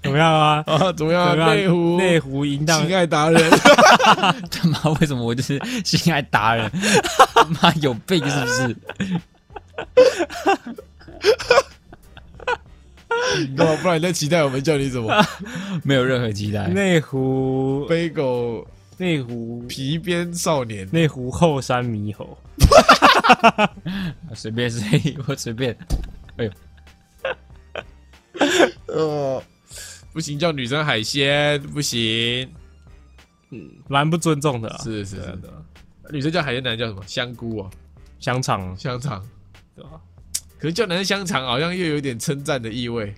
怎么样啊？
啊？怎么
怎
样？
么样
内湖
内湖淫荡
性爱达 人，
他妈为什么我就是性爱达人？ 他妈有病是不是？
你干嘛？不然你在期待我们叫你 什么？
没有任何期待。
内湖
背狗
内湖
皮鞭少年。
内湖后山猕猴，
随便谁，我随便。
呃，不行，叫女生海鲜不行。
蛮不尊重的啊，
是是是的，女生叫海鲜，男生叫什么？香菇哦，
香肠
香肠。
对吧？
可是叫男生香肠，好像又有点称赞的意 味。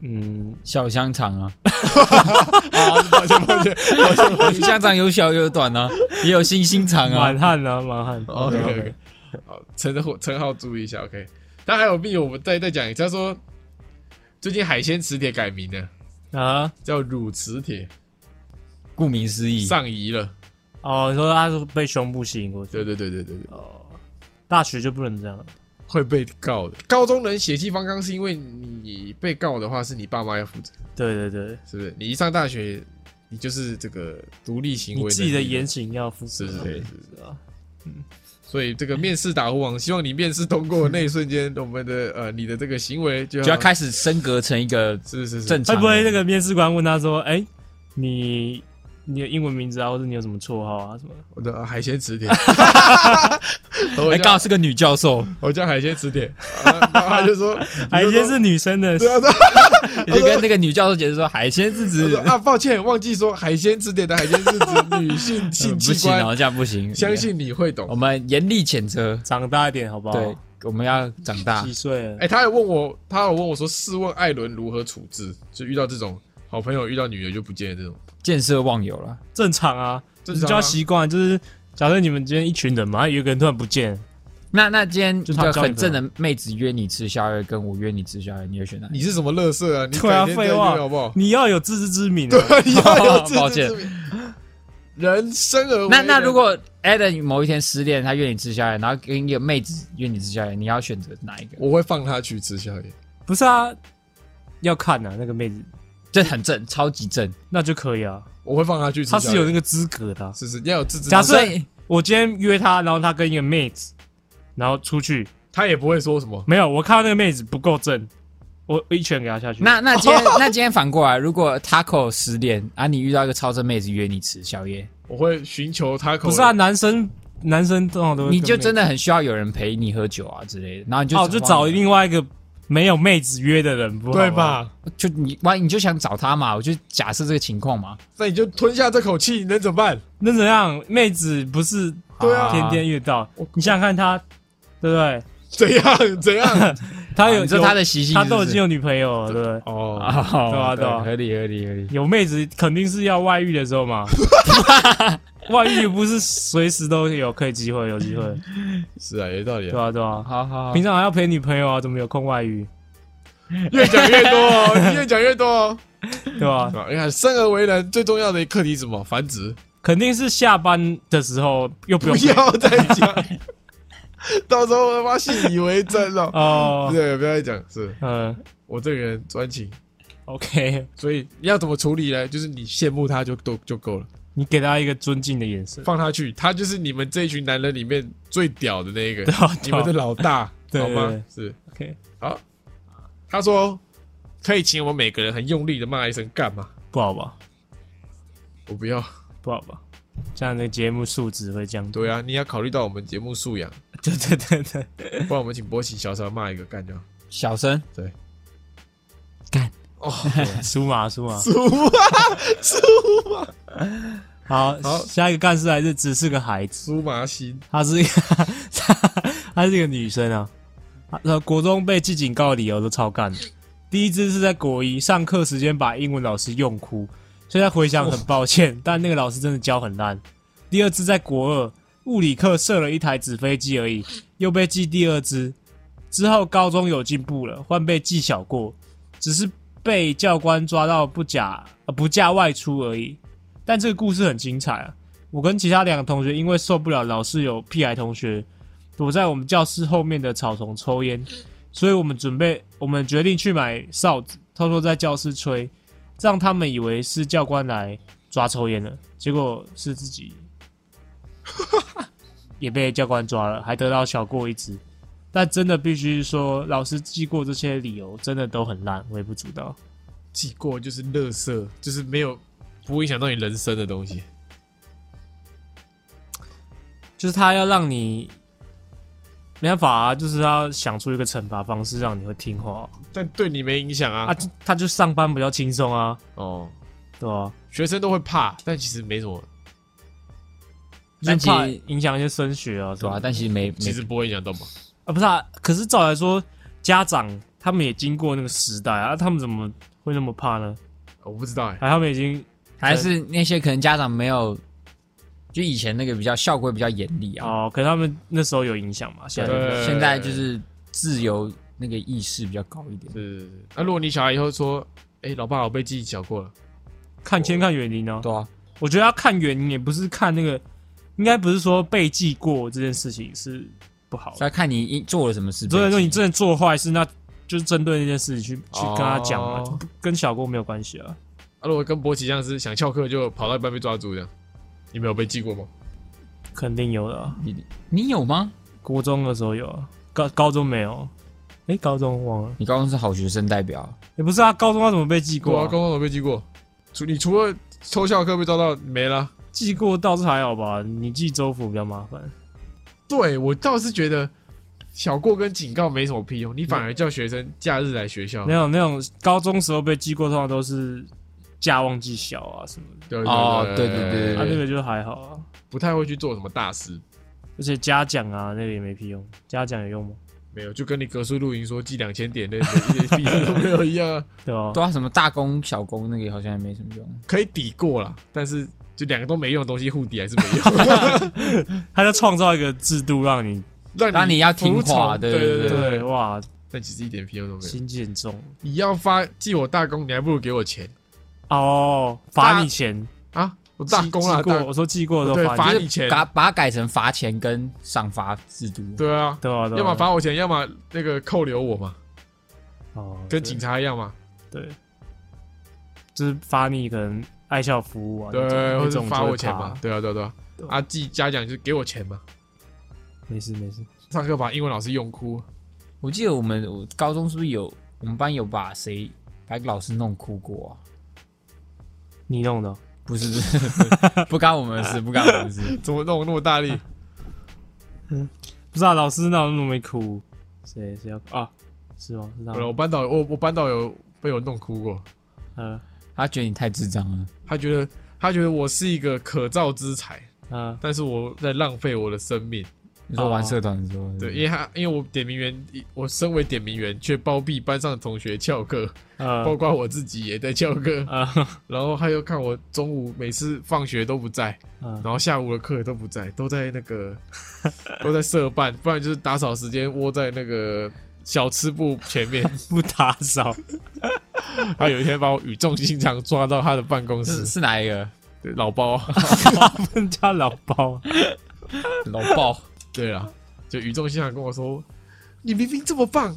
嗯，
小香肠啊，
啊，抱歉抱歉。
香肠有小有短啊，也有星星肠啊
满。汉啊，满汉。
OK OK，好，称呼称号注意一下。OK，他还有密友，我们再再讲一次。他说，最近海鲜磁铁改名了，
啊，
叫乳磁铁，
顾名思义，
上移了。
哦，你说他是被胸部吸引过去？
对对对对对对，
哦，大学就不能这样了。
会被告的。高中人血气方刚是因为你被告的话，是你爸妈要负责。
对对对，
是不是？你一上大学，你就是这个独立行为
你
能力，
自己的言行要负责
是。是是是是
啊
所以这个面试打虎网，希望你面试通过的那一瞬间，我们的呃你的这个行为就
就要，开始升格成一个
是是是，
正
会
常人。
不会那个面试官问他说：“
嗯
哎、你你的英文名字啊，或者你有什么绰号啊什么的
我的海鲜 词典，
哎
我
刚
叫
好是个女教授，
我叫海鲜词 典，啊然后他就说，？”
海鲜是女生的，
对啊，对啊
你就跟那个女教授解释说，海鲜是
他
指嗯
说啊，抱歉，忘记说海鲜词典的海鲜是指女性性
嗯不
器
行嗯
官，
哦，这样不行。
相信哦你会
我
懂。
们严厉谴责，
长大一点好不好？
对，，我们要长大
几。岁了？
哎，他有问我，他有问我说，试问艾伦如何处置？就遇到这种好朋友遇到女的就不见了这种。
见色忘友了，
正常啊，
正
你
常啊
就要习惯。就是假设你们今天一群人嘛，有一个人突然不见，
那那今天
就
一
他
个
教你
很
朋友
正的妹子约你吃宵夜，跟我约你吃宵夜，你会选哪一个？
你是什么乐色啊？你
对啊
改天再约
废话
好不 好？
你要有自知之明、啊。
对，你要有自
抱
知
歉
之明。人生而为
那
人
那如果 Adam 某一天失恋，他约你吃宵夜，然后跟一个妹子约你吃宵夜，你要选择哪一个？
我会放他去吃宵夜，
不是啊，要看啊，那个妹子
这很正，超级正。
那就可以啊，
我会放他去吃宵
她
夜。
是有那个资格的啊、
是是要有自知之明。
假设
所以
我今天约她，然后她跟一个妹子，然后出去，
他也不会说什么，
没有，我看到那个妹子不够正，我一拳给她下去。
那那今天 那今天反过来，如果 Taco 失恋啊，你遇到一个超正妹子约你吃宵夜，
我会寻求他口。
不是啊，男生男生通常都会
你就真
的
的很需要有人陪你喝酒啊之类的，然后你就
哦，就找另外一个没有妹子约的人，不好吗啊
对？吧？
就你万你就想找他嘛，我就假设这个情况嘛。
那你就吞下这口气，你能怎么办？
那怎样？妹子不是
对啊
天天遇到
我，
你想想看她，对不对？
怎样怎样？
她
啊
有
你说
有
他的习性是
她
不是，
都已经有女朋友了，对不对？
哦，
啊，对
啊 对啊
合理合理合理。
有妹子肯定是要外遇的时候 嘛，外遇不是随时都有可以机会，有机会，
是啊，有道理
对
啊。
啊？对啊？
好好好
平常还要陪女朋友啊，怎么有空外 遇？
越讲越多哦， 你越讲越多哦。
对吧
是？吧你看，生而为人最重要的一个课题是什么？繁殖。
肯定是下班的时候又不
不
用
要再讲。 到时候我他妈信以为真了。
哦，
对，不要再讲，是
嗯
我这个人专情，
，OK，
所以你要怎么处理呢？就是你羡慕他就都就够了，
你给他一个尊敬的眼神。
放他去，他就是你们这一群男人里面最屌的那一个
对啊，
你们的老大，
对
好吗
对？
是
OK，
好。他说可以请我们每个人很用力的骂一声干嘛？
不好吧？
我不要。
不好吧？这样的节目素质会降低。
对啊，你要考虑到我们节目素养，
对对对对，
不然我们请波奇小三骂一个干掉。
小声，
对，啊
干
哦，
输嘛输嘛。
猪啊，猪啊，
好，
好
下一个干事还是只是个孩子。
猪麻心，
她是一个， 她是一个女生啊。呃，国中被记警告的理由都超干的。第一次是在国一上课时间把英文老师用哭，现在回想很抱歉，但那个老师真的教很烂。第二次在国二物理课射了一台纸飞机而已，又被记第二支。之后高中有进步了，换被记小过，只是被教官抓到不假、呃、不假外出而已。但这个故事很精彩啊！我跟其他两个同学因为受不了老是有屁孩同学躲在我们教室后面的草丛抽烟，所以我们准备，我们决定去买哨子，偷偷在教室吹，让他们以为是教官来抓抽烟了，结果是自己也被教官抓了，还得到小过一只。但真的必须说，老师记过这些理由真的都很烂，微不足道。
记过就是乐色，就是没有不会影响到你人生的东西。
就是他要让你没办法啊，就是要想出一个惩罚方式让你会听话
嗯
但对你没影响啊。
啊。就他就上班比较轻松啊，
哦，
对吧、啊？
学生都会怕，但其实没什么，
就
但
是怕
其实
影响一些升学啊，
对
吧
啊，？但其实没
其
没
实不会影响到嘛。
啊，不是啊，可是照来说，家长他们也经过那个时代啊，他们怎么会那么怕呢？
我不知道哎、
啊，他们已经
还是那些可能家长没有，就以前那个比较校规比较严厉啊，
哦，可是他们那时候有影响嘛？现在
对
现在就是自由那个意识比较高一点，
是，那、如果你小孩以后说，哎、老爸，我被记小过了，
看先看原因哦。
对啊，
我觉得要看原因，也不是看那个，应该不是说被记过这件事情是不好的
是。要看你因做了什么事。
所以说你真的做坏事，那就是针对那件事情去去跟他讲嘛，
哦
就不跟小郭没有关系啊。
啊，如果跟博奇一样是想翘课就跑到一半被抓住这样，你没有被记过吗？
肯定有的、啊，
你你有吗？
国中的时候有啊，高高中没有。诶，高中忘了，
你高中是好学生代表，
也不是啊，高中他怎么被记
过
过、
啊，高中有被记过，除你除了偷翘课被抓到没了。
记过倒是还好吧，你记州府比较麻烦。
对我倒是觉得小过跟警告没什么屁用，你反而叫学生假日来学校
那，种那种高中时候被记过，通常都是假忘记小啊什么的，
对
哦
对
对对对
啊那个就还好啊。
不太会去做什么大事，
而且嘉奖啊，那个也没屁用，嘉奖有用吗？
没有就跟你格数露营说记两千点那个一点屁用都没有一样啊，
对吧、
对啊，什么大功小功那个好像也没什么用。
可以抵过啦，但是就两个都没用的东西互抵还是没 用，
他就创造一个制度让你
让
让你要听
服从
话
对
对对
对
对哇，
但其实一点屁用都没有。
心机很重
你要发记我大功，你还不如给我钱
哦，罚你钱。
啊！我大功啦，
记过，
大
我说记过的时
对
候
罚
你，
你钱，
把把它改成罚钱跟赏罚制度。
对啊，
对啊，对啊，
要么罚我钱，要么那个扣留我嘛，
哦，
跟警察一样嘛。
对，对就是罚你可能爱校服务啊，
对，
那
或者
种
发我钱，嘛
那种，
对啊，对啊，对啊，
对
啊，记嘉奖就是给我钱嘛。
就会罚没事没事，
上课把英文老师用哭，
我记得我们我高中是不是有我们班有把谁把一个老师弄哭过啊？
你弄的哦，
不是，不 是不干我们的事，不干我们的事。
怎么弄那么大
嗯
力？
不知道老师那有那么没哭，谁谁要啊？是吗？是他
我了，
吗
我班导我我班导有被我弄哭过，
呃
他觉得你太智障了，
他觉得他觉得我是一个可造之才，
呃，
但是我在浪费我的生命。
你说玩社团的时候，
对，因为他因为我点名员，我身为点名员却包庇班上的同学翘课，包
呃
括我自己也在翘课。
呃
然后他又看我中午每次放学都不在，
呃，
然后下午的课也都不在，都在那个都在社办，不然就是打扫时间窝在那个小吃部前面。
不打扫，
他有一天把我语重心长抓到他的办公
是
室，
是哪一个？
对老包。
人家老包，
老爆，
对啊，就语重心长地跟我说：“你明明这么棒，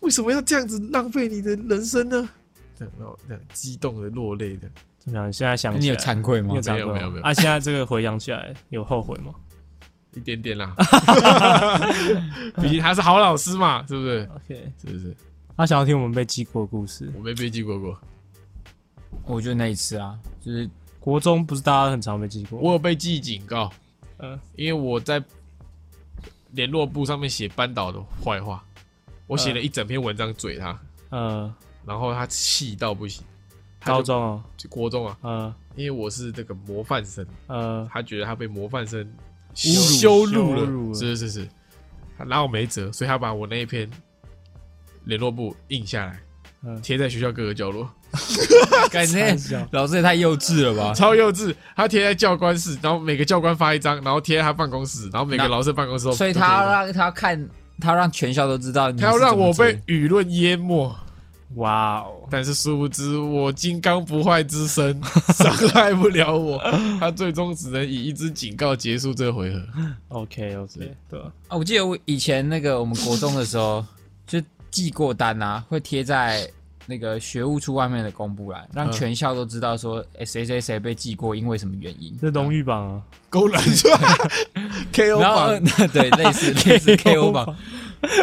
为什么要这样子浪费你的人生呢？”这样，然后这样激动的落泪的，
怎么样？你现在想起来
你有惭愧吗
你有？惭愧吗
没有没有
啊，现在这个回想起来，有后悔吗
一点点啦。 毕竟他是好老师嘛，是不是？
？OK，
是不是？
他想要听我们被记过的故事。
我没被记过过，
我就那一次啊，就是
国中不是大家很常被记过？
我有被记警告，
嗯
因为我在联络簿上面写班导的坏话，我写了一整篇文章嘴他，
呃，
然后他气到不行。他就
高中哦，
就国中啊，
呃
因为我是这个模范生，
呃，
他觉得他被模范生
侮
辱
辱羞辱了
是是是，他拿我没辙，所以他把我那一篇联络簿印下来，
嗯
贴在学校各个角落，
感
太
觉
小
老师也太幼稚了 吧？
超幼稚。他贴在教官室，然后每个教官发一张，然后贴在他办公室，然后每个
那
老师办公室都，
所以
都贴一
他
张
让他看，他让全校都知道你
他要
是
让
怎么
我被
追
舆论淹没，
哇哦，
但是殊不知我金刚不坏之身伤害不了我，他最终只能以一支警告结束这回合。
OK OK，对啊，
啊！我记得我以前那个我们国中的时候， 就记过单啊，会贴在那个学务处外面的公布栏，让
嗯
全校都知道说，哎谁谁谁被记过，因为什么原因。
这荣誉榜啊，
勾栏出 来，KO
然后
榜
对类似类 似 KO
吧。
榜，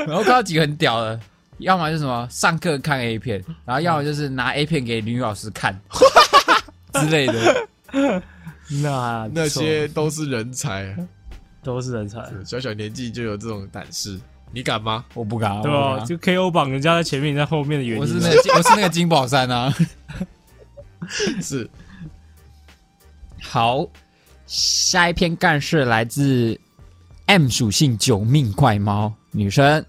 然后看到几个很屌的，要么就是什么上课看 A 片，然后要么就是拿 A 片给女老师看之类的。
那
那
不错
些啊都是人才啊，
都是人才，
小小年纪就有这种胆识，你敢吗？
我不敢啊，
对
我
吧？
不敢啊
就 KO 榜，人家在前面，你在后面的原因
我
啊。
是那个金我是那个金宝山啊。
是
好，下一篇干事来自 M 属性九命怪猫女生，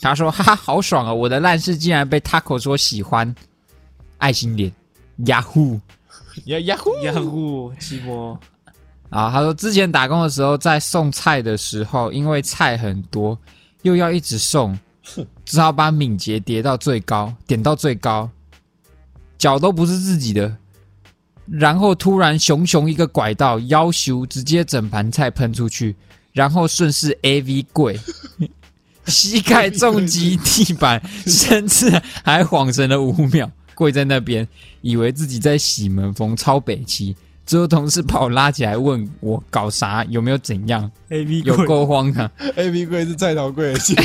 她说：“哈哈，好爽啊！我的烂事竟然被 Taco 说喜欢，爱心脸，Yahoo。”
呀呀呼
雅虎奇摩，
啊，他说之前打工的时候，在送菜的时候，因为菜很多，又要一直送，只好把敏捷叠到最高，点到最高，脚都不是自己的。然后突然熊熊一个拐道，要求直接整盘菜喷出去，然后顺势 A V 跪， 膝盖重击地板，甚至还晃神了五秒，跪在那边，以为自己在洗门风，超北齐。之后同事把我拉起来问我搞啥，有没有怎 样，
A V
有够荒唐。
，A B 贵是菜桃 贵的新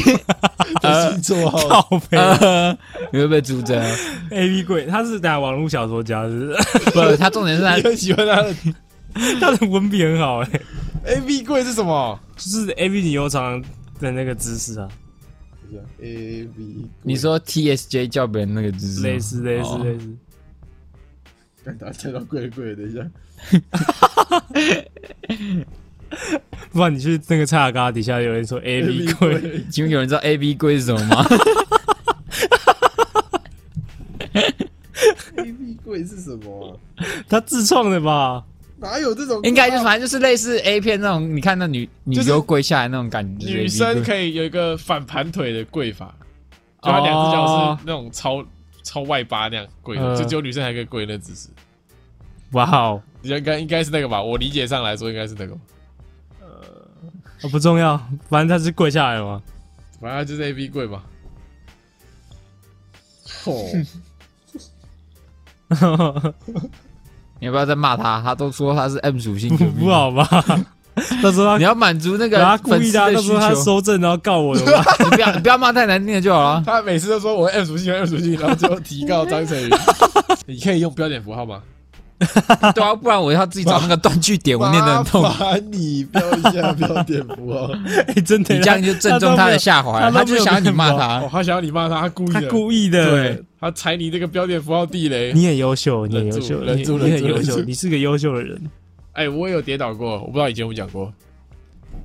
绰号，
靠背
呃，你会被逐责？
A V 贵，他是打网络小说家，是 不
不，他重点是他
你很喜欢他 的
是他的文笔很好哎、
A B 贵是什么
就是 A V 女优常常的那个姿势啊，
？A B，
你 说 T S J 叫别人那个姿势吗，
类似类似
哦
类似，
敢打菜桃贵贵？等一下，
不然你去那个叉嘎底下 有人说 A V 贵，
请问有人知道 A B 龟是什么吗？
，A B 贵是什么？
他自创的吧？
哪有这种啊
应该就是反正就是类似 A 片那种，你看那女女
就是
优跪下来那种感觉。
女
就是 A
生
逼龟
可以有一个反盘腿的跪法，就她啊两只脚
哦
是那种超超外八那样跪
呃
的，就只有女生才可以跪那姿势。
哇哦，
应该应该是那个吧？我理解上来说应该是那个吧，
哦不重要，反正他是跪下来 嘛。
反正就是 A B 跪嘛。哦，
你要不要再骂他？他都说他是 M 属性，
不不，好吧？到时候
你
他
要满足那
然后他
个
故
粉
意
丝
的啊，
的
到
需
时候他
求。
收证然后 告我的话，
你不要你不要骂太难听的就好 了。
他每次都说我 M 属性我 M 属性，然后最后提告张 成宇。你可以用标点符号吗？
对啊，不然我要自己找那个断句点，我念的很痛。
麻烦你标一下标点符 号。
哎真的，
你这样就正中他的下怀
他都没
了，
有
他就是想要你骂
哦
他，。
他想要你骂他，他故意
他
的，
故意的。欸
对，他踩你这个标点符号地雷。
你很优秀，你很优秀，
忍
你
住
你
忍
很
住
优
忍住
秀，你是个优秀的人。
哎、我也有跌倒过，我不知道以前有没有讲过。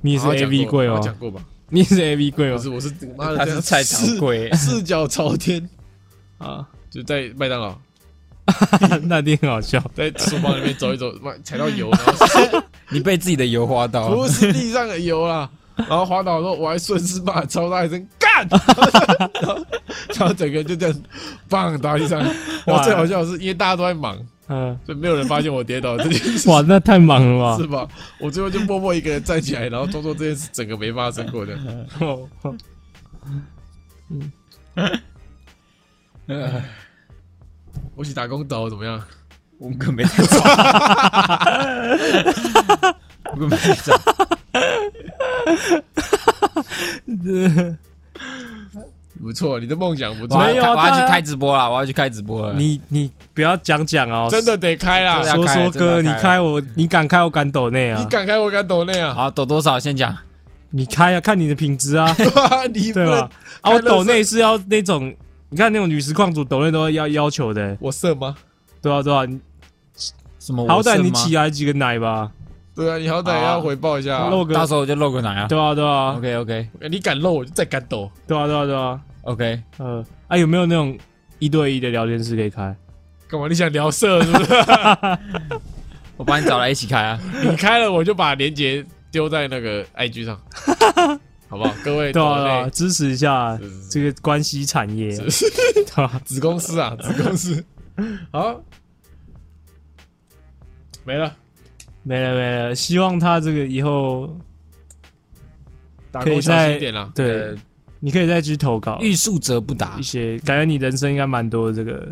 你也是
好像
A
讲
V
过
贵
好
哦
像，讲过吧？
你也是 A V 贵
不
哦
是，我是妈的，这样四
鬼
四脚朝天，
啊，
就在麦当劳，
那一定很好笑。
在书包里面走一走， 妈踩到油，然后
你被自己的油花到
不。是地上的油啦。然后滑倒的时候，我还顺势骂超大一声“干”，然后然后整个就这样棒倒地上。然后最好笑的是，因为大家都在忙，
嗯，
所以没有人发现我跌倒这件事情
哇，那太忙了
是吧？我最后就默默一个人站起来，然后装作这件事整个没发生过的。
吧？
我去打工岛怎么样？
我们可没在找，我们没在找，
不错，你的梦想不错，
我
没有啊
要我要
大
去
家
开直播了，我要去开直播了。
你你不要讲讲哦，
哎真的得开啦
对！啊
说说哥，
真
你
的要开了
开我，你敢开我敢抖内
你
啊，
敢开，我敢抖内啊！
好，抖多少先讲？
你开啊，看你的品质啊，
你不
对
能
吧？啊，
开
我
乐色
抖内是要那种，你看那种女实矿主抖内都要要求的，
我色吗？
对啊对啊，你
什
哦
么？
好歹你
起
起来几个奶吧，
对啊，你好歹也要回报一下啊。
露
到
个，
时候我就露个奶啊。
对啊对啊
OK OK
你敢漏，我就再敢抖。
对啊对啊对啊，
OK，
呃，啊有没有那种一对一的聊天室可以开？
干嘛？你想聊色是不是？
我帮你找来一起 开啊。
你开了，我就把链接丢在那个 IG 上，好不好？各位
对
抖
啊对啊，
内
支持一下
是是是
这个关系产业，对啊
子公司 啊，子公司。好，没了。
没了没了，希望他这个以后
打
可以
工小心
在
一点啊啦。
对，你可以再去投稿
欲速则不达
一，些，感觉你人生应该蛮多这个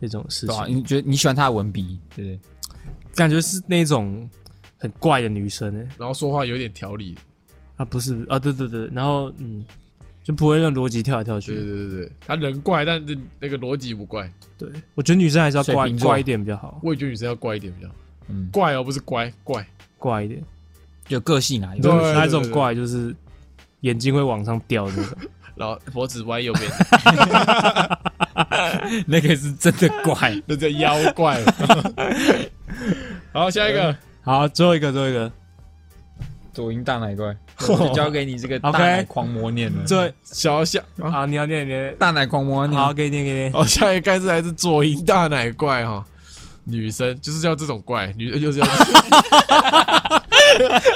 这种事
对啊吧？
情，
你觉得你喜欢他的文笔，对不对？
感觉是那种很怪的女生哎、
然后说话有点条理。
啊不是啊对对对，然后嗯就不会让逻辑跳来跳
对
去，
对对对，他人怪，但是那个逻辑不怪。
对我觉得女生还是要
水
怪
瓶座
怪一点比较好，
我也觉得女生要怪一点比较好。
嗯，
怪哦，不是乖，怪。
怪一点，
有个性啊，有
对
个性
那一种
对
怪就是眼睛会往上掉那种，
然后脖子歪右 边，
那个是真的怪。
那叫妖怪。 好，下一
呃
个，
好最后一个最后一个
左音大奶怪， 我就交给你这个大
OK
奶狂魔念了。
最后
小下啊，
好你要念你要念
大奶狂魔念，
好给你给 你。
哦，下一个盖是还是左营大奶怪哈、女生就是要这种怪，女就是要。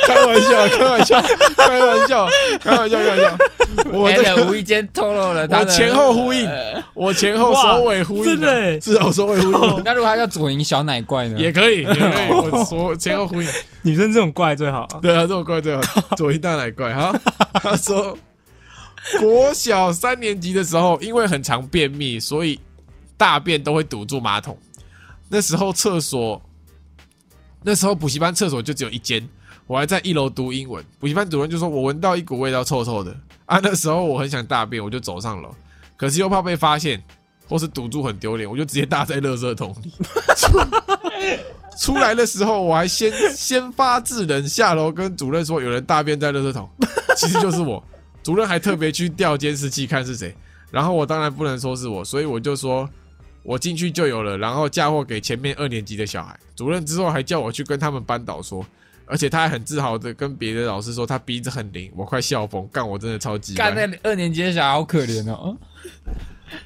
开玩笑，开玩笑，开玩笑，开玩笑，开玩笑。我这
Alan
个
无意间透露了哎他
我
的
前后呼应，我前后首尾呼应啊，
哇真的欸
至少首尾呼 应
那如果他叫左营小奶怪呢？
也可以，也可以，我说前后呼应。
女生这种怪最好、啊。
对啊，这种怪最好，左一大奶怪哈。 他说，国小三年级的时候，因为很常便秘，所以大便都会堵住马桶。那时候厕所，那时候补习班厕所就只有一间，我还在一楼读英文。补习班主任就说我闻到一股味道臭臭的啊，那时候我很想大便，我就走上楼，可是又怕被发现。或是堵住很丢脸，我就直接大在垃圾桶里。出来的时候，我还先先发制人，下楼跟主任说有人大便在垃圾桶，其实就是我。主任还特别去调监视器看是谁，然后我当然不能说是我，所以我就说我进去就有了，然后嫁祸给前面二年级的小孩。主任之后还叫我去跟他们班导说，而且他还很自豪的跟别的老师说他鼻子很灵，我快笑疯，干我真的超级
干那二年级的小孩好可怜哦。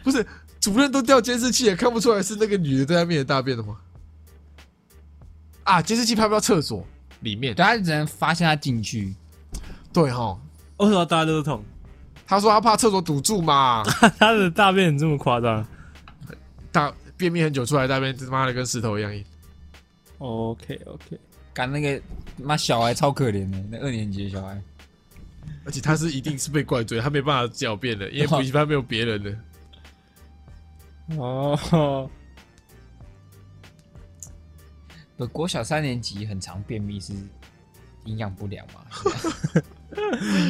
不是主任都调监视器也看不出来是那个女的在他面前大便的吗？啊，监视器拍不到厕所里面
对，，他只能发现他进去，
对哈。
为什么大家都是 桶？
他说他怕厕所堵住嘛，
他的大便这么夸张
大便秘很久出来，大便他妈的跟石头一样硬。
？OK OK，
干那个妈小孩超可怜的，那二年级的小孩。
而且他是一定是被怪罪，他没办法狡辩的，因为补习班没有别人的。
哦，
不，国小三年级很常便秘是营养不良 嘛？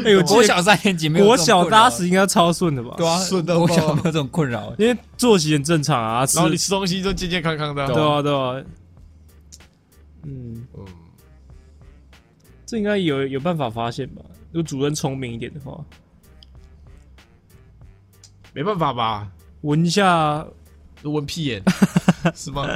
哎、我记
国
得
小三年级没有
国
这种
小
困扰
拉屎应该超顺的吧？
对啊，
顺到爆
国小没有这种困扰。
因为作息很正常啊，吃
然后你吃东西都健健康康的
对
啊。
啊对啊，嗯，
嗯，
这应该有有办法发现吧？如果主任聪明一点的话，
没办法吧，
闻一下
都闻屁眼是吗？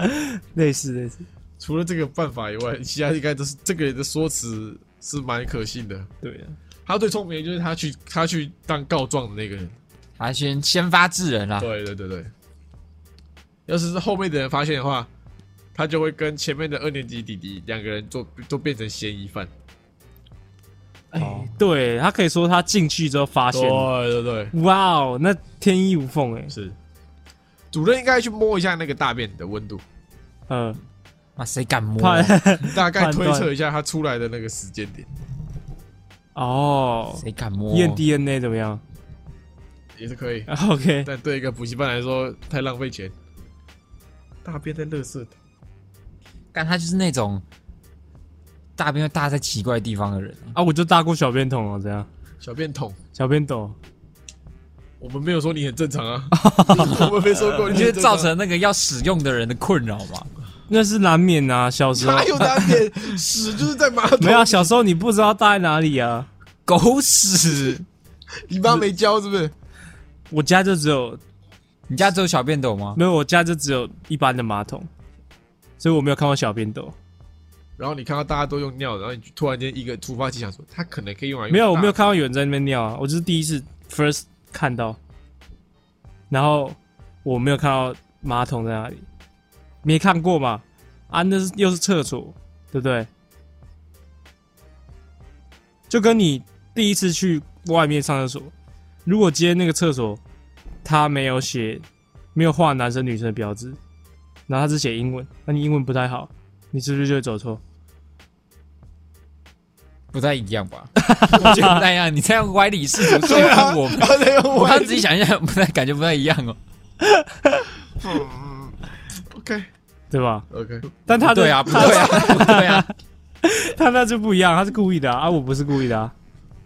类似类似，
除了这个办法以外，其他应该都是这个人的说辞是蛮可信的。
对啊，
他最聪明的就是他去他去当告状的那个人。
他先先发制人
啊
啊啦，
对对对对，要是是后面的人发现的话，他就会跟前面的二年级弟弟两个人做都变成嫌疑犯。
哎、
哦
对他可以说他进去之后发现，
对对，
哇哦，那天衣无缝哎、
是。主任应该去摸一下那个大便的温度，
呃，
那谁敢摸？
判
你大概
判
推
断
测一下它出来的那个时间点，
哦，
谁敢摸？
验 DNA 怎么样
也是可以。
？OK，
但对一个补习班来说，太浪费钱。大便在垃圾桶，
干他就是那种大便会大在奇怪的地方 的人。
啊，我就大过小便桶了，怎样？
小便桶，
小便斗，
我们没有说你很正常 啊，我们没说过
你
你很
就
正
会
常
造成那个要使用的人的困扰嘛？
那是难免啊。小时候
哪有大便屎就是在马桶，
没有啊，小时候你不知道大在哪里啊。
狗屎！
你妈没教是不是？
我家就只有
你家只有小便斗吗？
没有，我家就只有一般的马桶，所以我没有看过小便斗。
然后你看到大家都用尿，然后你突然间一个突发奇想说，他可能可以用来用
没有，我
大
没有看到有人在那边尿啊，我就是第一次 first 看到，然后我没有看到马桶在哪里，没看过嘛，啊，那是又是厕所，对不对？就跟你第一次去外面上厕所，如果今天那个厕所他没有写，没有画男生女生的标志，然后他只写英文，那你英文不太好，你是不是就会走错？
不太一样吧？ 我觉得那样，你这样歪理是图说
对啊，
服我们。
他在用
我
我
刚自己想一想，不太感觉不太一样哦。
OK
对吧？
OK，
但 他的
对啊，不对啊， 不对啊，
他那就不一样，他是故意的啊，啊我不是故意的啊。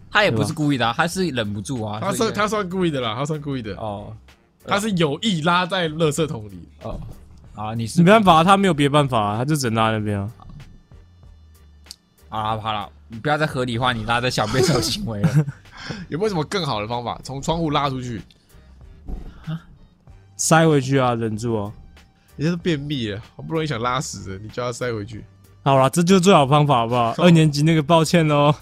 他也不是故意的、啊，他是忍不住啊。
他
所以
算他算故意的啦，他算故意的，
哦
他是有意拉在垃圾桶里。
哦啊，你是
没办法、啊，他没有别办法、啊，他就只能拉那边啊。
好啦好啦，你不要再合理化你拉在小便手行为 了。
有没有什么更好的方法？从窗户拉出去，
塞回去啊，忍住哦、
人家都便秘了，好不容易想拉屎了，你叫他塞回去。
好啦，这就是最好方法，好不好？二年级那个，抱歉喽，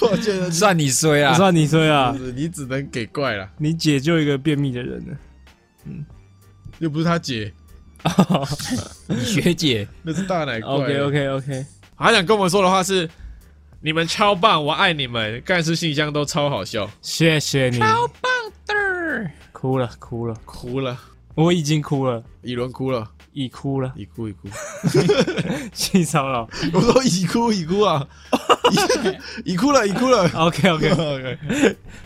抱歉了，
算你衰
我
啊
知！道你衰啊，
你只能给怪了，
你解救一个便秘的人了。
又不是他姐，
你学姐，
那是大奶怪。
OK OK OK，
还想跟我们说的话是：你们超棒，我爱你们。干事信箱都超好笑，
谢谢你，哭了哭了，
哭了，
我已经哭了，
一轮哭了，
已哭了，
一哭一哭。
性骚扰。
我说已哭已哭啊，已已哭了已哭了。
OK OK
OK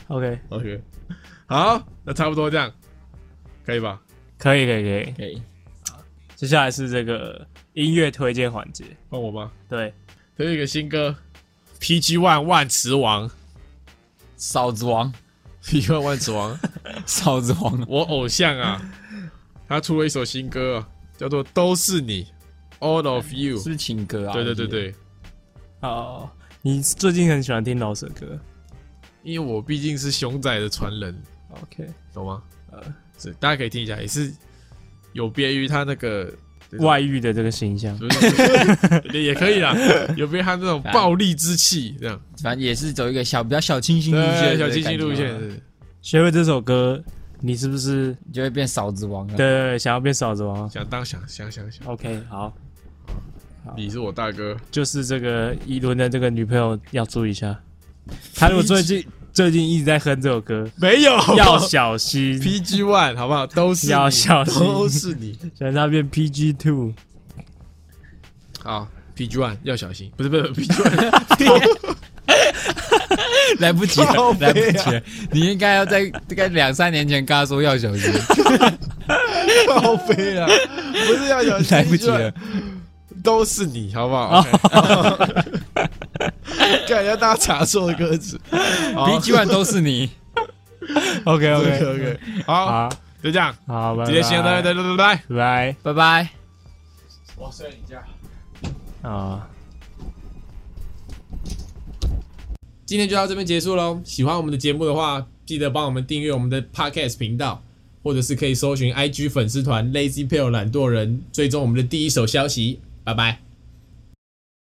OK，
OK，好，那差不多这样，可以吧？
可以可以可以。
可以
接下来是这个音乐推荐环节，
换我吗？
对，
推一个新歌，PG One 万磁王
嫂子王，
，PG One 万磁王，
嫂子王，
我偶像啊，他出了一首新歌、啊，叫做《都是你》，All of You
是。不是情歌啊？
对对对对，
哦，你最近很喜欢听老舍歌
因为我毕竟是熊仔的传人，
，OK，
懂吗？呃，是大家可以听一下，也是有别于他那个
外遇的这个 形象。
不是也可以 啦，有别于他那种暴力之气这样，
反正也是走一个小比较小清新路
对
线，
小清新路线，
对
是
学会这首歌，你是不是
嗯
你就会变嫂子王了。啊
对对对想要变嫂子王
想当想想想想，
？OK，好，
你是我大哥，
就是这个一轮的这个女朋友要注意一下，她如果最近最近一直在哼这首歌，
没有
要小心，
PG One 好不好？都是你
要小心
都是 你
想让她变 PG Two，
啊！PG One 要小心，不是不是 PG One，
来不及了
靠，背啊
来不及了！你应该要在大概两三年前跟他说要小心，
报废啊！不是要小 心，
来不及了
PG1，。都是你好不 好？感觉大家查错了歌词。
BG One 都是你，
OK
OK OK，
OK，好，
好
就这样，
好，拜
直接先拜
拜
拜拜拜拜。
拜
拜拜。
我睡你家。
啊，
今天就到这边结束喽。喜欢我们的节目的话，记得帮我们订阅我们的 Podcast 频道，或者是可以搜寻 IG 粉丝团 Lazy p a l e 懒惰人，追踪我们的第一手消息。拜拜。